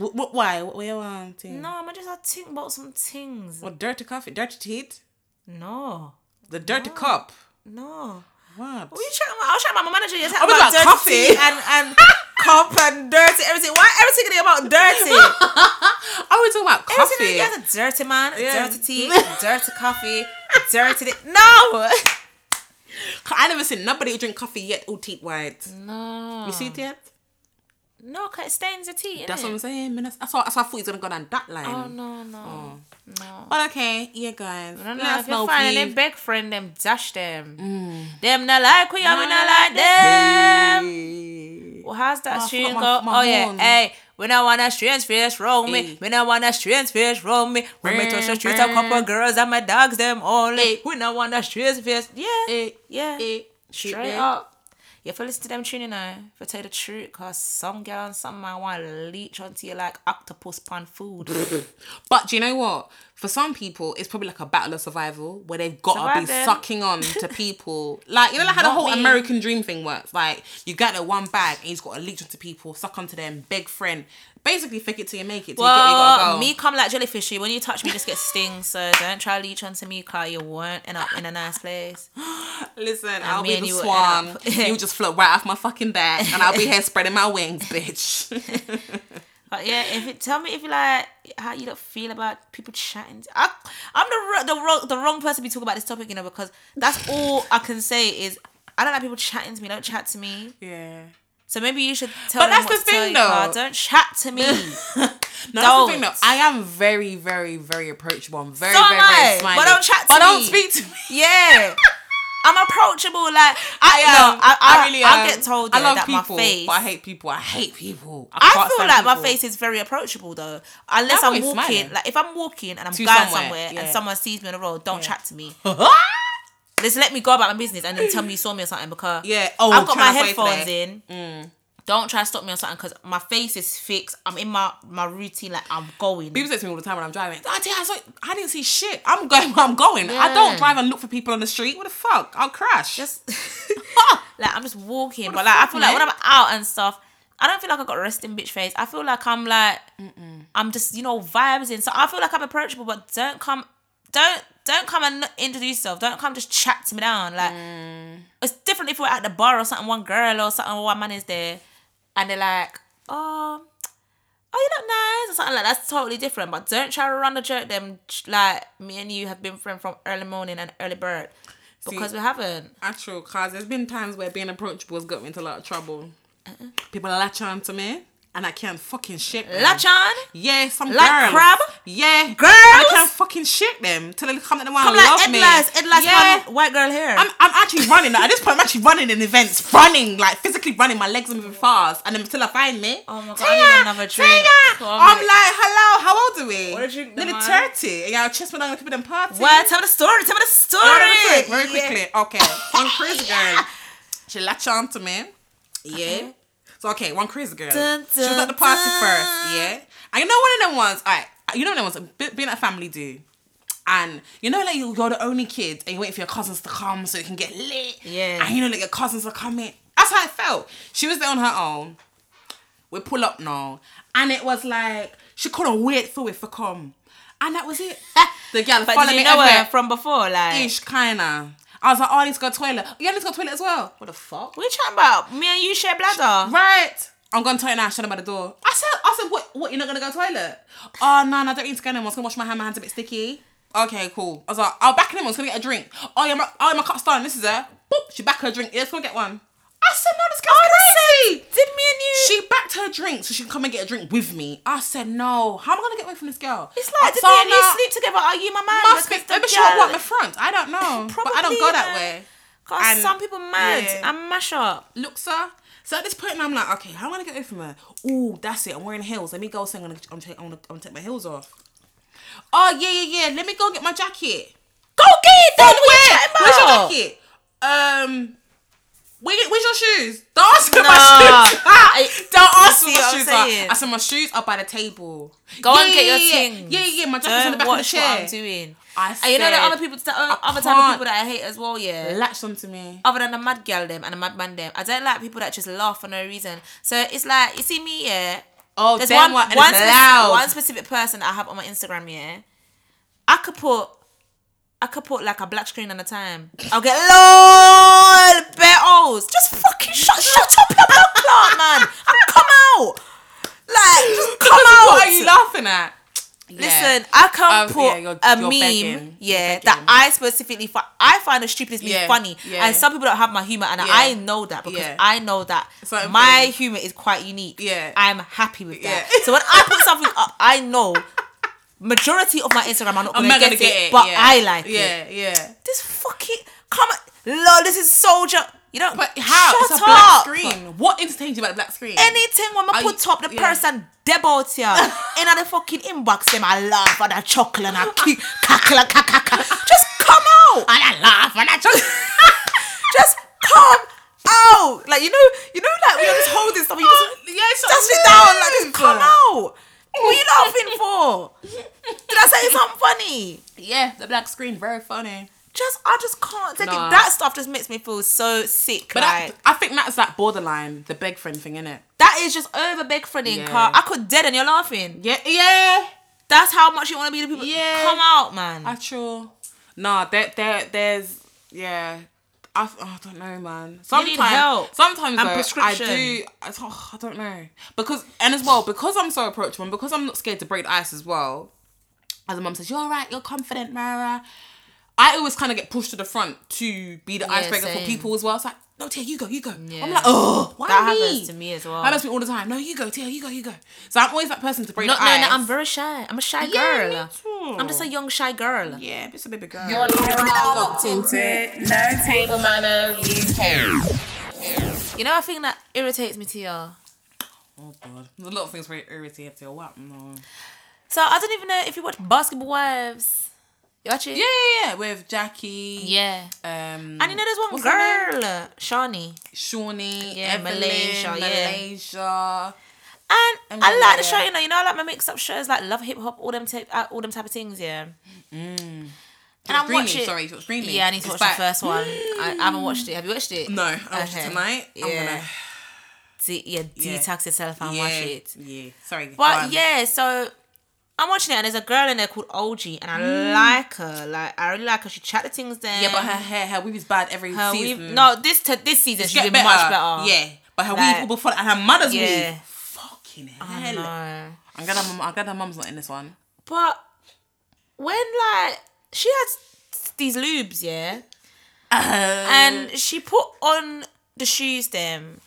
What? what why? What were you um? thing? No, I'm gonna just have to think about some things. What dirty coffee? Dirty teeth? No, The dirty cup. no. What? What are you chatting about? I was chatting about my manager. You're Oh, chatting we got about dirty coffee. coffee. and and cup and dirty everything. Why everything gonna be about dirty? Oh, we're talking about Everything coffee. you guys a dirty man, Yeah. dirty tea, dirty coffee, dirty. Di- no, I never seen nobody who drink coffee yet all teeth white. no. You see it yet? No, 'cause it stains your tea. That's innit? what I'm saying. man. That's, that's, what, that's what I thought he's gonna go down that line. Oh no, no, no. But okay, yeah, guys. I don't Let know Mm. us if you're know finding if them big friend, them dash them. Them not like we, and we not like them. you- Well, how's Oh, that I street forgot go? my- my oh yeah, horn. hey. We not wanna strange fish roam Hey. me. We not wanna strange fish roam me. When we touch the street, a Brr, couple girls and my dogs them only. Hey. We not wanna strange fish. Yeah, Hey. yeah. Hey. Straight Hey. up. You have to listen to them tune, you know. If I tell the truth, cause some girl and some man want to leech onto you like octopus pan food. But do you know what? For some people, it's probably like a battle of survival where they've got to be Surviving. sucking on to people. Like, you know, like how the Not whole me. American dream thing works. Like, you get that one bag and he's got to leech onto people, suck onto them, beg friend. Basically, fake it till you make it. Till you get where you gotta Well, go. me come like jellyfishy. When you touch me, just get stings. So don't try leech onto me, car. You won't end up in a nice place. Listen, I'll me be and the you will swan. end up- you just float right off my fucking back, and I'll be here spreading my wings, bitch. But Uh, yeah, if it tell me if you like how you don't feel about people chatting. I, I'm the ro- the wrong the wrong person to be talking about this topic, you know, because that's all I can say is I don't like people chatting to me. Don't chat to me. yeah. So maybe you should tell. But them that's what the to tell thing, you, car. though. Don't chat to me. No, that's the thing Don't. though. I am very, very, very approachable. I'm very, So am very, very I, smiley. but don't chat to But don't me. speak to me. yeah. I'm approachable, like I, am. No, I, I, really I am. get told I yeah, love that people, my face. but I hate people. I hate people. I can't feel stand like my people. face is very approachable though. Unless I'm I'm always walking, smiling. like if I'm walking and I'm To going somewhere, somewhere, yeah. and someone sees me on the road, don't chat to me. Just let me go about my business and then tell me you saw me or something because Yeah. Oh, I've got my trying to face headphones there. in. Mm. Don't try to stop me or something because my face is fixed. I'm in my my routine, like I'm going. People say to me all the time when I'm driving, I, tell you, I, saw, I didn't see shit. I'm going where I'm going. I don't Yeah. drive and look for people on the street. What the fuck? I'll crash. Just like I'm just walking, but the like I fuck, feel like when mate? I'm out and stuff, I don't feel like I got a resting bitch face. I feel like I'm like I'm just you know vibes in. So I feel like I'm approachable, but don't come, don't don't come and introduce yourself. Don't come just chat to me down. Like it's different if we're at the bar or something. One girl or something, or one man is there, and they're like, oh. Oh, you look nice or something like that. that's totally different. But don't try to run the joke them like me and you have been friends from early morning and early bird because we haven't. actual cause there's been times where being approachable has got me into a lot of trouble. Uh-uh. People latch on to me and I can't fucking shit them. Latch on. Yeah, some Like girls. crab? Yeah. Girls? I Girls? can't fucking shit them till they come at the one I'm love like me. Edla's, Edla's yeah. white girl hair. I'm, I'm actually running. At this point, I'm actually running in events. Running, like physically running. My legs are moving fast. And until I find me. Oh my God, I need "Tia, another drink." Tia." Come on, I'm mate. like, hello, how old are we? What a drink, Nearly man. 30. And y'all chest me down people them party. well, tell me the story. Tell me the story. Very quick, very Yeah. quickly. Okay. One crazy girl. She latched on to me. Yeah. So okay, one crazy girl. Dun, she was at the dun, party dun. first. Yeah. I know one of them ones. Alright. you know, no one's being at family do. And you know, like you're the only kid, and you wait for your cousins to come so you can get lit. Yeah. And you know, like your cousins are coming. That's how it felt. She was there on her own. We pull up now, and it was like she couldn't wait for it to come, and that was it. the girl But followed did me you know everywhere. her from before? Like, ish, kinda. I was like, oh, I need to go to the toilet. Oh, yeah, I need to go to the toilet as well. What the fuck? what are you talking about? Me and you share bladder. Right. I'm going to the toilet now. I shut them by the door. I said, I said, what? What? You're not gonna go to the toilet? Oh no, no, I don't need to go anymore. I was gonna wash my hand. My hands a bit sticky. Okay, cool. I was like, I'll back in a minute. I was gonna get a drink. Oh yeah, my, oh my cup's done. This is her. Boop. She back her drink. Yeah, let's go get one. I said, no, this girl's crazy. Did me and you? She backed her drink so she can come and get a drink with me. I said, no. How am I gonna get away from this girl? it's like, did me and you Oksana sleep together? Are you my man? Must be. Because the Maybe she won't girl- wipe my front. I don't know. but I Probably, don't go that man. way. Cause and- some people mad yeah. and mash up. look, sir. So at this point, I'm like, okay, how am I gonna get away from her? Ooh, that's it. I'm wearing heels. Let me go. So I'm gonna, I'm, ta- I'm, gonna, I'm gonna take my heels off. Oh yeah, yeah, yeah. Let me go get my jacket. Go get it then. Where's your What are you talking jacket? Um, where, where's your shoes? Don't ask for Nah. my shoes. I- Don't ask for see my what I'm shoes. are. saying? I said my shoes are by the table. Go and get your yeah, things. Yeah, yeah, yeah. My jacket's about? on the back of Don't the watch what chair. I'm doing. I and you know the said, other people, the other type of can't. people that I hate as well. Yeah. Latched onto me. other than the mad girl them and the mad man them, I don't like people that just laugh for no reason. So it's like you see me, yeah. Oh, There's them one one- and one, it's speci- loud. one specific person that I have on my Instagram, yeah. I could put I could put like a black screen on the time. I'll get LOL bare holes. Just fucking shut shut up your mouth, Clark, man. And come out. Like just come out. What are you laughing at? Listen, I can't Um, put yeah, you're- a you're meme, begging. yeah, You're that begging. I specifically fi- I find the stupidest meme Yeah, funny, yeah. and some people don't have my humor, and I Yeah. know that because Yeah. I know that Certain my things. humor is quite unique. Yeah. I'm happy with that. Yeah. So when I put something up, I know majority of my Instagram are not I'm gonna, not get, gonna get it, it, but yeah. I like it. Yeah, yeah. This fucking come on, lol, this is soldier. You know, But how? Shut it's a up. black screen. What entertains you about a black screen? Anything when I Are put you- up, the yeah. person debout here. In the fucking inbox, them I laugh at that chocolate and I keep cackle, cackle, cackle. Just come out. and I laugh and I just. Just come out. Like, you know, you know, like when you're just holding something, you just yeah, it's dust it down. Like, just come out. What are you laughing for? Did I say something funny? Yeah, the black screen, very funny. Just, I just can't take it. Nah. That stuff just makes me feel so sick. But like, that, I think that's that borderline, the beg friend thing, innit? that is just over big friending, Yeah. Carl. I could dead and you're laughing. Yeah, yeah. That's how much you want to be the people. Yeah. Come out, man. Actual. Nah, there, there, there's, yeah. I, oh, I don't know, man. You Sometimes, need help. sometimes And though, prescription. I do. I, don't- oh, I don't know because, and as well, because I'm so approachable, and because I'm not scared to break the ice as well. As the mum says, "You're all right. You're confident, Mara." I always kind of get pushed to the front to be the icebreaker same. for people as well. It's like, no, Tia, you go, you go. Yeah. I'm like, oh, why That me? happens to me as well. That happens to me all the time. No, you go, Tia, you go, you go. So I'm always that person to break Not the ice. knowing that I'm very shy. I'm a shy Yeah, girl. me too. I'm just a young shy girl. yeah, it's a baby girl. You're now locked into No Table Manners UK. You know, I think that irritates me to you. Oh god, there's a lot of things very irritating. Till what? No. So I don't even know if you watch Basketball Wives. You watch it? Yeah, yeah, yeah. With Jackie. Yeah. Um. And you know, there's one what's her name? girl, uh, Shani. Shawnee. Yeah, Yeah, Evelyn, Malaysia, Malaysia. yeah. Malaysia. And And I like the yeah. show, you know. You know, I like my mix-up shows, like Love Hip Hop, all them, type, uh, all them type of things, yeah. Mm. And I'm Greenie, watching. Sorry, she was Greenie. Yeah, I need to It's watch back. the first one. I, I haven't watched it. Have you watched it? No, I watched Okay. it tonight. Yeah. I'm gonna. De- yeah, Yeah. detox yourself and yeah, watch it. Yeah, sorry. But um, yeah, so I'm watching it and there's a girl in there called Oji and I like her. Like I really like her. She chat the things there. yeah, but her hair, her weave is bad every Her weave- season. no, this to this season It's she's been get better. much better. Yeah, but her Like- weave all before and her mother's Yeah. weave. Fucking I hell! know. I'm glad, her mum- I'm glad her mum's not in this one. But when like she has these lubes, yeah, and she put on the shoes them,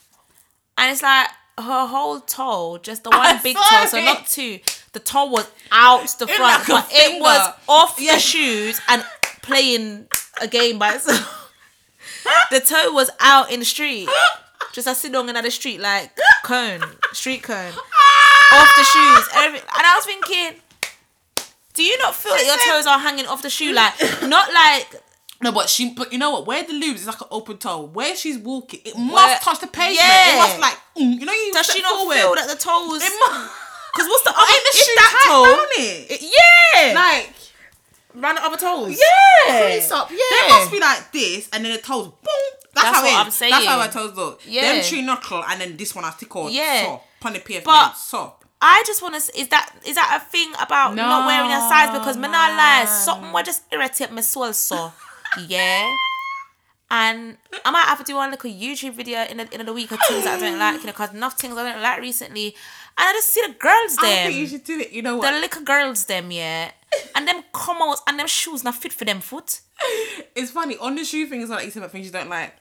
and it's like her whole toe, just the one I big saw toe, so it. not two. The toe was out the It front, like a but it finger. was off Yeah. the shoes and playing a game by itself. the toe was out in the street. Just I sit down another street like cone, street cone off the shoes. Every, and I was thinking, do you not feel that your toes are hanging off the shoe? Like, not like. No, but she. But you know what? Where the lubes is like an open toe. Where she's walking, it must Where- touch the pavement. Yeah. It must like. mm, you know you Does step she not forward. feel that the toes? It must. Because what's the other? ain't the if shoe that tight toe, down it? Yeah. like round the other toes. yeah, Crease up, yeah. They must be like this, and then the toes, boom. That's, That's how what it I'm is. That's saying. how my toes look. Yeah, Yeah. them tree knuckle, and then this one I stick on. Yeah. sop, on the PF But- sop. I just want to. Is that is that a thing about not wearing a size? Because man, I lie. Something will just irritate me swell so. yeah. And I might have to do one like a YouTube video in the, in the week of things that I don't like, you know, because enough things I don't like recently. And I just see the girls I think you them, should do it. You know the what? little girls them, yeah, and them comos and them shoes not fit for them foot. it's funny on the shoe thing as well. Like you said about things you don't like.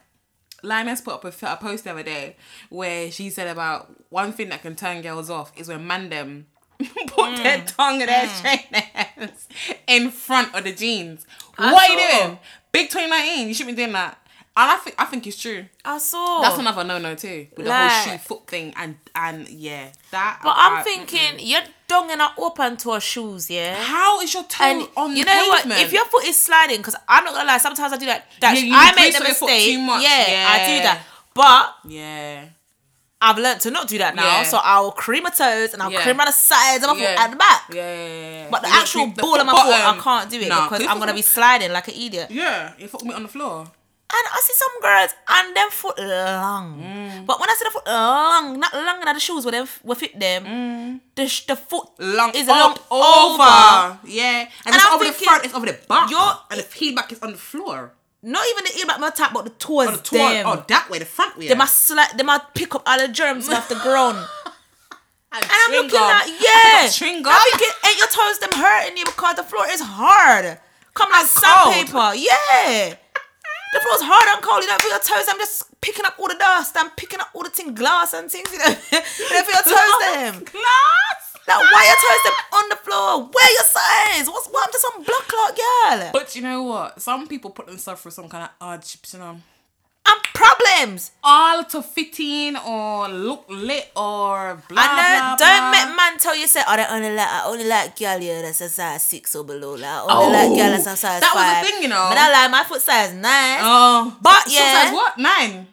Lioness put up a, fi- a post the other day where she said about one thing that can turn girls off is when man them put Mm. their tongue and their trainers in front of the jeans. what are you saw. doing? Big 2019, you shouldn't be doing that. And I think I think it's true. I saw. That's another no no too. With the whole shoe Oh. Like- foot thing and and yeah. That But I'm I- thinking you're dong and open to her shoes, yeah. how is your toe And on you the know pavement? what? If your foot is sliding, because I'm not gonna lie, sometimes I do that. that Yeah, you I make brace the on your foot mistake. too much, Yeah, I yeah. do that. But Yeah. I've learned to not do that now. Yeah. So I'll cream my toes and I'll Yeah. cream around the sides of my yeah. foot and the back. Yeah, yeah, yeah, yeah. But the You don't actual creep- the ball of my foot, I bottom. can't do it Nah, because your I'm foot gonna be will- sliding like an idiot. Yeah, you fucked me on the floor. And I see some girls and them foot long. Mm. But when I see the foot long, not long and the shoes where them f- will fit them, Mm. the, sh- the foot Long is up, long over. over. Yeah, and, And it's I'm over the thinking, front. It's over the back. you're- and the feedback is on the floor. Not even the ear back my tap, but the toes. On the tour. them. Oh, that way, the front way. They must sla- they must pick up all the germs off the ground. And And I'm string looking gum. like, yeah. string I'm gum. thinking, ain't your toes them hurting you because the floor is hard. Come like cold. sandpaper. Yeah. The floor's hard and cold. You don't feel your toes. I'm just picking up all the dust. I'm picking up all the thing, glass and things. You know, you don't feel your toes them. Glass. Like, why your toes them on the floor? Where your size? What's what? I'm just on block clock, girl. But you know what? Some people put themselves through some kind of hardships, you know. I'm problems. All to fit in or look lit or blah I know. blah don't blah. make man tell you say, oh, they only like, I only like girl yeah, that's a size six or below. Like, I only like girl that's a size Oh. that was the five. thing, you know. Man, I like my foot size nine. Oh, But so yeah. size what nine?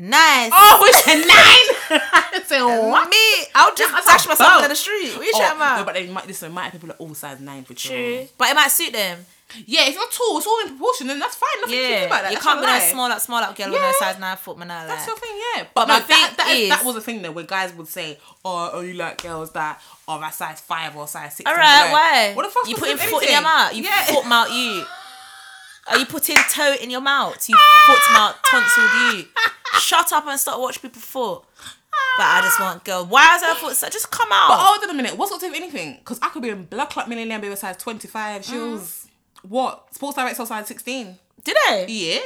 nice. Oh, it's a nine. I said what? Me, I'll just That's dash a myself boat. down the street. What you Oh, chatting about? no, but they might, listen, might have people at all size nine for True. But it might suit them. Yeah, if you're tall, it's all in proportion, then that's fine. Nothing to do about that. you That's can't your be no life. small up, small up girl with no Yeah. size nine foot. Man, I like. That's your thing, yeah. But, But no, my that, thing that, is, that is- was a thing though, where guys would say, "Oh, oh, you like girls that are that size five or size six. All and right, below." why? What the fuck? You was putting with foot in your anything? mouth. You yeah. foot mouth you. Are you putting toe in your mouth? You foot mouth tonsiled you. Shut up and start watching people foot. But I just want girl. Why is her foot so? Just come out. But oh. hold on a minute. What's got to do with anything? Because I could be in blood clot millionaire and be a size twenty five. She Mm. was what? Sports Direct saw size sixteen. Did they? Yeah.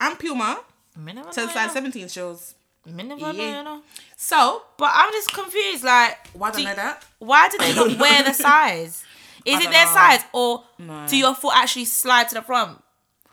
And Puma Me never said know, size you know. seventeen shows. Me never know, Yeah. you know. So But I'm just confused. Like, why don't do I know that? Why do they not wear the size? Is it don't their know. size or No. do your foot actually slide to the front?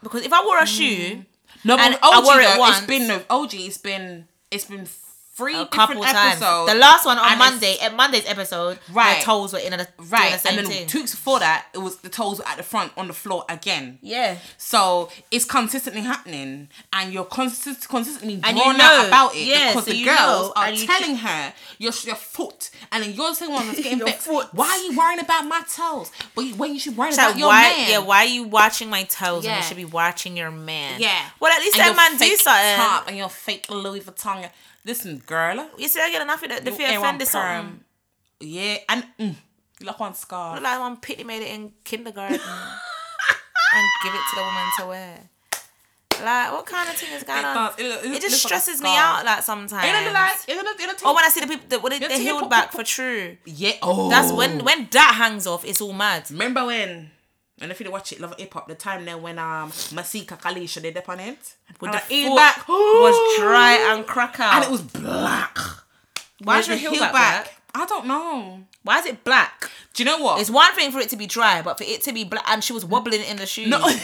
Because if I wore a Mm. shoe, No, but And with OG, I wore it though, once. It's been with OG. It's been it's been three a different couple times. episodes. The last one on and it's- Monday, at Monday's episode, Right. my toes were in a right? the same and then thing. two weeks before that, it was the toes were at the front on the floor again. yeah. So it's consistently happening, and you're consist- consistently drawn And you out know. about it Yeah, because so the you girls know, are and you telling her your your foot, and then you're the same one that's getting Your vexed. foot. Why are you worrying about my toes? But you, when you should worry It's about like, your why, man. yeah, why are you watching my toes when Yeah. you should be watching your man? Yeah. Well, at least And that your man do fake something. Top and your fake Louis Vuitton. Listen, girl. You see, I get enough of the, the You fear ain't offended want something. Yeah, and mm, you look one scar. Like one pity made it in kindergarten and give it to the woman to wear. Like, what kind of thing is going It on? does. It look- it it look- just look like a stresses me scar. out, like, sometimes. You know, like, you know, you know, Or Oh, when I see the people, the, what they, Your they teeth healed pop, back pop, for true. yeah, oh, That's when when that hangs off, it's all mad. Remember when? And if you watch it, Love and Hip Hop, the time then when um Masika Kalisha did up on it With And the her heel foot back was dry and crack out. and it was black. Why Where's is your heel back black? I don't know. Why is it black? Do you know what? It's one thing for it to be dry, but for it to be black, and she was wobbling in the shoes. no.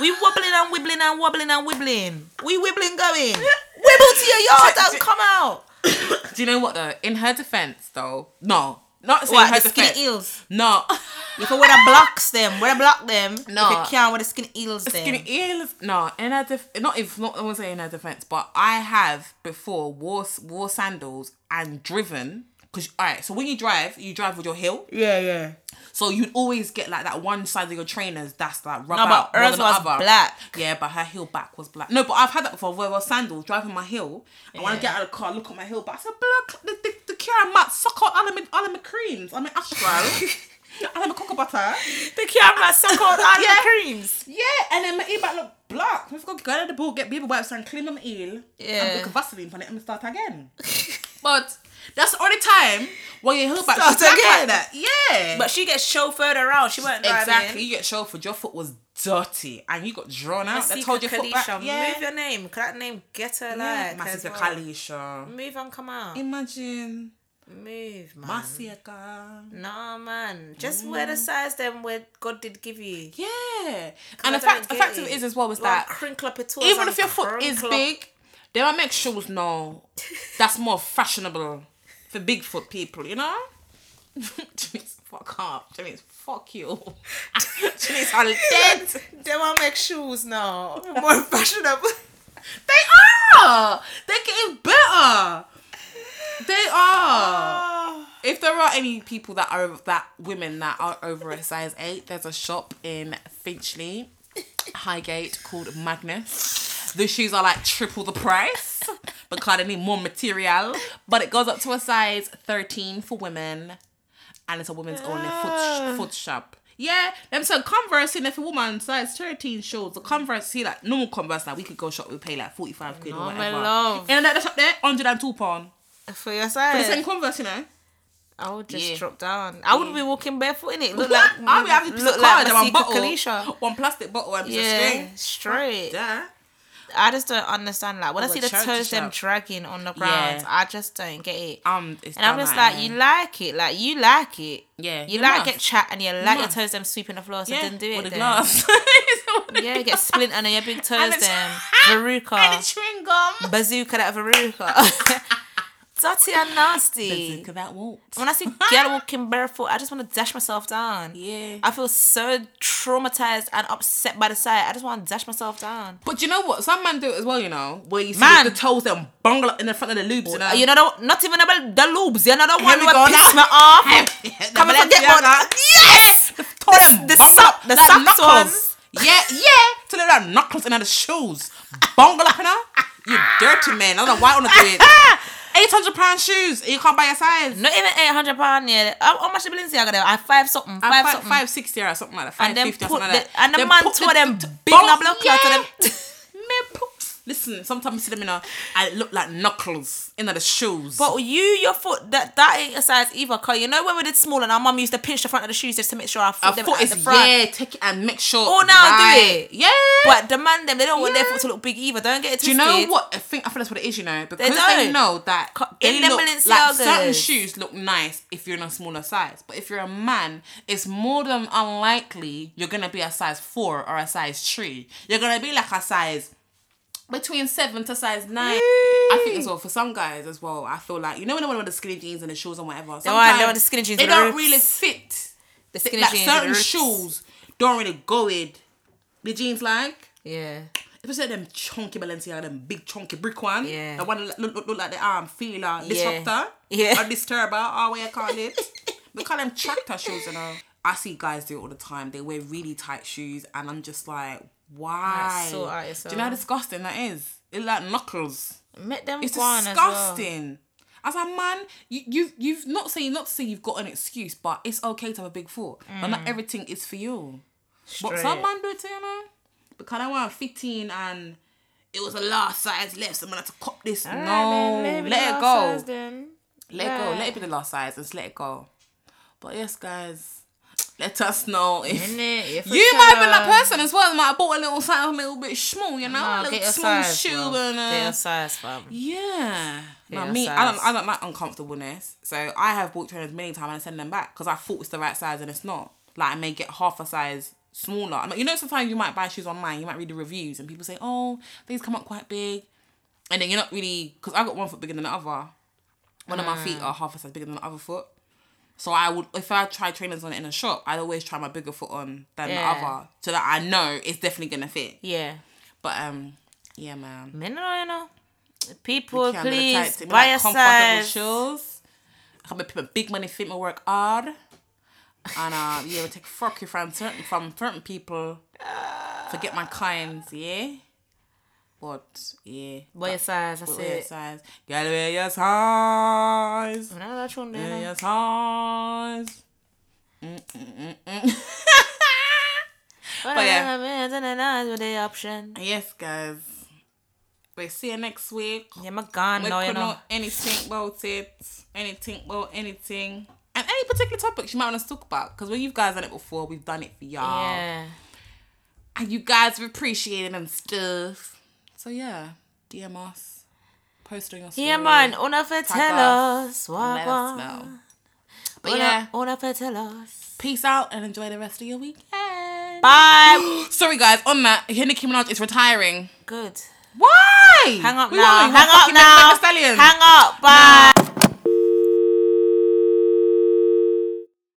We wobbling and wibbling and wobbling and wibbling. We wibbling going. Wibble to your yard and come out. Do you know what though? In her defense, though, no, not saying What, her the skinny defense. eels? No, If I wear the blocks them, wear the block them. No. If you can't wear the skinny eels them. skinny eels. No, in her def- not if not. I won't say in her defense, but I have before wore wore sandals and driven. Cause all right, so when you drive, you drive with your heel. Yeah, yeah. So you'd always get like that one side of your trainers that's like rub No, out. but more hers than the was other. black. Yeah, but her heel back was black. No, but I've had that before. Where I was sandals driving my heel, and when I Yeah. get out of the car, I look at my heel back. I said, "Blood, the the, the Kira Matt suck out all of my all of my creams, all of my ash brown, all of my cocoa butter." The camera suck on all Yeah. the creams. Yeah, and then my ear back look black. Let's go get out the pool, get baby wipes, and clean them heel. Yeah. and put Vaseline on it and start again. but that's the only time when your heel back Start is black again. like that. Yeah, But she gets chauffeured around. She went Exactly. You get chauffeured. Your foot was dirty, and you got drawn out. They told your foot back. Move Yeah. Mm, your name. 'cause That name get her yeah. like. as Masika well. Kalisha. Move and come out. Mm, Imagine Move, man. Masika. Nah, man. Just wear Mm. the size then where God did give you. Yeah. And I the fact, don't the get fact of it it. is as well was You want that crinkle up your toes even and if your foot is crinkle up- big, they might make shoes now. That's more fashionable for big foot people, you know? Janice, fuck up. Janice, fuck you. Janice, I'm dead. They want make shoes now. More fashionable. They are. They're getting better. They are. Oh. If there are any people that are that women that are over a size eight, there's a shop in Finchley, Highgate called Magnus. The shoes are like triple the price because they need more material, but it goes up to a size 13 for women, and it's a woman's only Ah. foot foot shop. Yeah, them so Converse in if a woman size 13 shoes, the Converse see like normal Converse like we could go shop we pay like 45 quid or No, Oh, my whatever. love. And that's up there 102 pound. For your The size. same Converse, you know. I would just Yeah. drop down. I wouldn't be walking barefoot in it. Look What? like I'll be having a piece look of card and Masika one bottle, Kalisha. one plastic bottle and a piece of Yeah, string. straight. Yeah. I just don't understand. Like when I Or see a the charity toes them shop. dragging on the ground, Yeah. I just don't get it. Um, it's and I'm done just like, that, you yeah. like it, like you like it. Yeah, you you like must. get chat and you like your must. toes them sweeping the floor. So yeah. then do it. With a then. glass. Yeah, get splinter and your big toes it's- them. And a Veruca, chewing gum. bazooka that veruca. Dirty and nasty. Bazooka that won't. When I see girl walking barefoot, I just want to dash myself down. Yeah. I feel so traumatized and upset by the sight. I just want to dash myself down. But you know what? Some men do it as well, you know. Where you see Man. the toes them bungle up in the front of the lubes, you know. You know, the, not even about the lubes. You're not the one we who go piss now. me off. Yeah, Come and the forget what. Balenciaga. Yes! The, the, sock, the socks ones. Yeah, yeah. To let them knuckles in the shoes. Bungle up in her. You dirty man. I don't know why I want to do it. 800 pound shoes. and You can't buy a size. Not even 800 pound, yeah. How, how much the Balenciaga there? I five something, Uh, five, five, something. five sixty or something like that. Five and then fifty or put something the, like that. and the Then man put tore them t- big na bone- block yeah. to them. Yeah. Man, put- Listen, sometimes you see them in a and it look like knuckles in the shoes. But you, your foot, that that ain't a size either. Cause you know when we did small and our mum used to pinch the front of the shoes just to make sure our foot, I them thought at it's the front. yeah, take it and make sure. Oh, now do it. Yeah. But the man them, they don't want their Yeah. foot to look big either. Don't get it do you twisted. know what? I think I feel that's what it is. You know, because they, don't. know that Co- they in them look like certain Balenciagas. shoes look nice if you're in a smaller size. But if you're a man, it's more than unlikely you're gonna be a size four or a size three. You're gonna be like a size between seven to size nine. I think as well for some guys as well. I feel like you know when they want the skinny jeans and the shoes and whatever. Oh, I know sometimes the skinny jeans They with the don't rips. really fit. The skinny like jeans with the certain rips. shoes don't really go with the jeans like. Yeah. Especially them chunky Balenciaga, them big chunky brick one. Yeah. The one that look, look, look like the arm feeler, Yeah. disruptor. Yeah. Or disturber, or what you call it. we call them tractor shoes, you know. I see guys do it all the time. They wear really tight shoes, and I'm just like, why? Like, sort out Do you know how yourself. disgusting that is? It's like knuckles. Met them It's gone as well. disgusting. As a man, you, you've you've not saying not to say you've got an excuse, but it's okay to have a big foot. But Mm. not everything is for you. But some Straight. man do it to you, man. Because I want 15 and it was the last size left, so I'm gonna have to cop this. All no, right, then, maybe let the it last size go. then. Let it go. Let it be the last size. Just let it go. But yes, guys, let us know if Innit? Your foot you might have been colour. that person as well. Might have bought a little something a little bit small, you know, Nah, a little get your small size, shoe bro. and uh, Get your size, fam. yeah. Yeah, Now me, I don't, size. I don't like uncomfortableness. So I have bought trainers many times and I send them back because I thought it's the right size and it's not. Like I may get half a size smaller. I mean, you know, sometimes you might buy shoes online, you might read the reviews and people say, oh, these come up quite big. And then you're not really, because I got one foot bigger than the other. One of my feet Mm. are half a size bigger than the other foot. So I would, if I try trainers on in a shop, I'd always try my bigger foot on than Yeah. the other so that I know it's definitely going to fit. Yeah. But, um, yeah, man. Men don't, you know. People, Can't be the type Oh, please to be buy like a comfortable size. shoes. I can be people big money fit me work hard. and uh, yeah, we take fuck you from certain from certain people. Forget my kinds, yeah. But yeah, Wear your size, that's wear your it. size. Gotta wear your size. None of that tune there, Wear no. your size. But yeah. yeah. With the option. Yes, guys. We see you next week. Yeah, my God, We no, you could know. know anything about it, anything about anything, and any particular topic you might want us to talk about. Because when you guys done it before, we've done it for y'all, Yeah. and you guys have appreciated and stuff. So yeah, DM us, posting us. Yeah, man, una us. fatella, Let us swagwa. know. But yeah, Una, una fatella. peace out and enjoy the rest of your weekend. Bye. Sorry guys, on that, Nicki Minaj is retiring. Good. Why? Hang up We now. are, we are Hang up fucking Megan now. Thee Stallion. Hang up. Bye.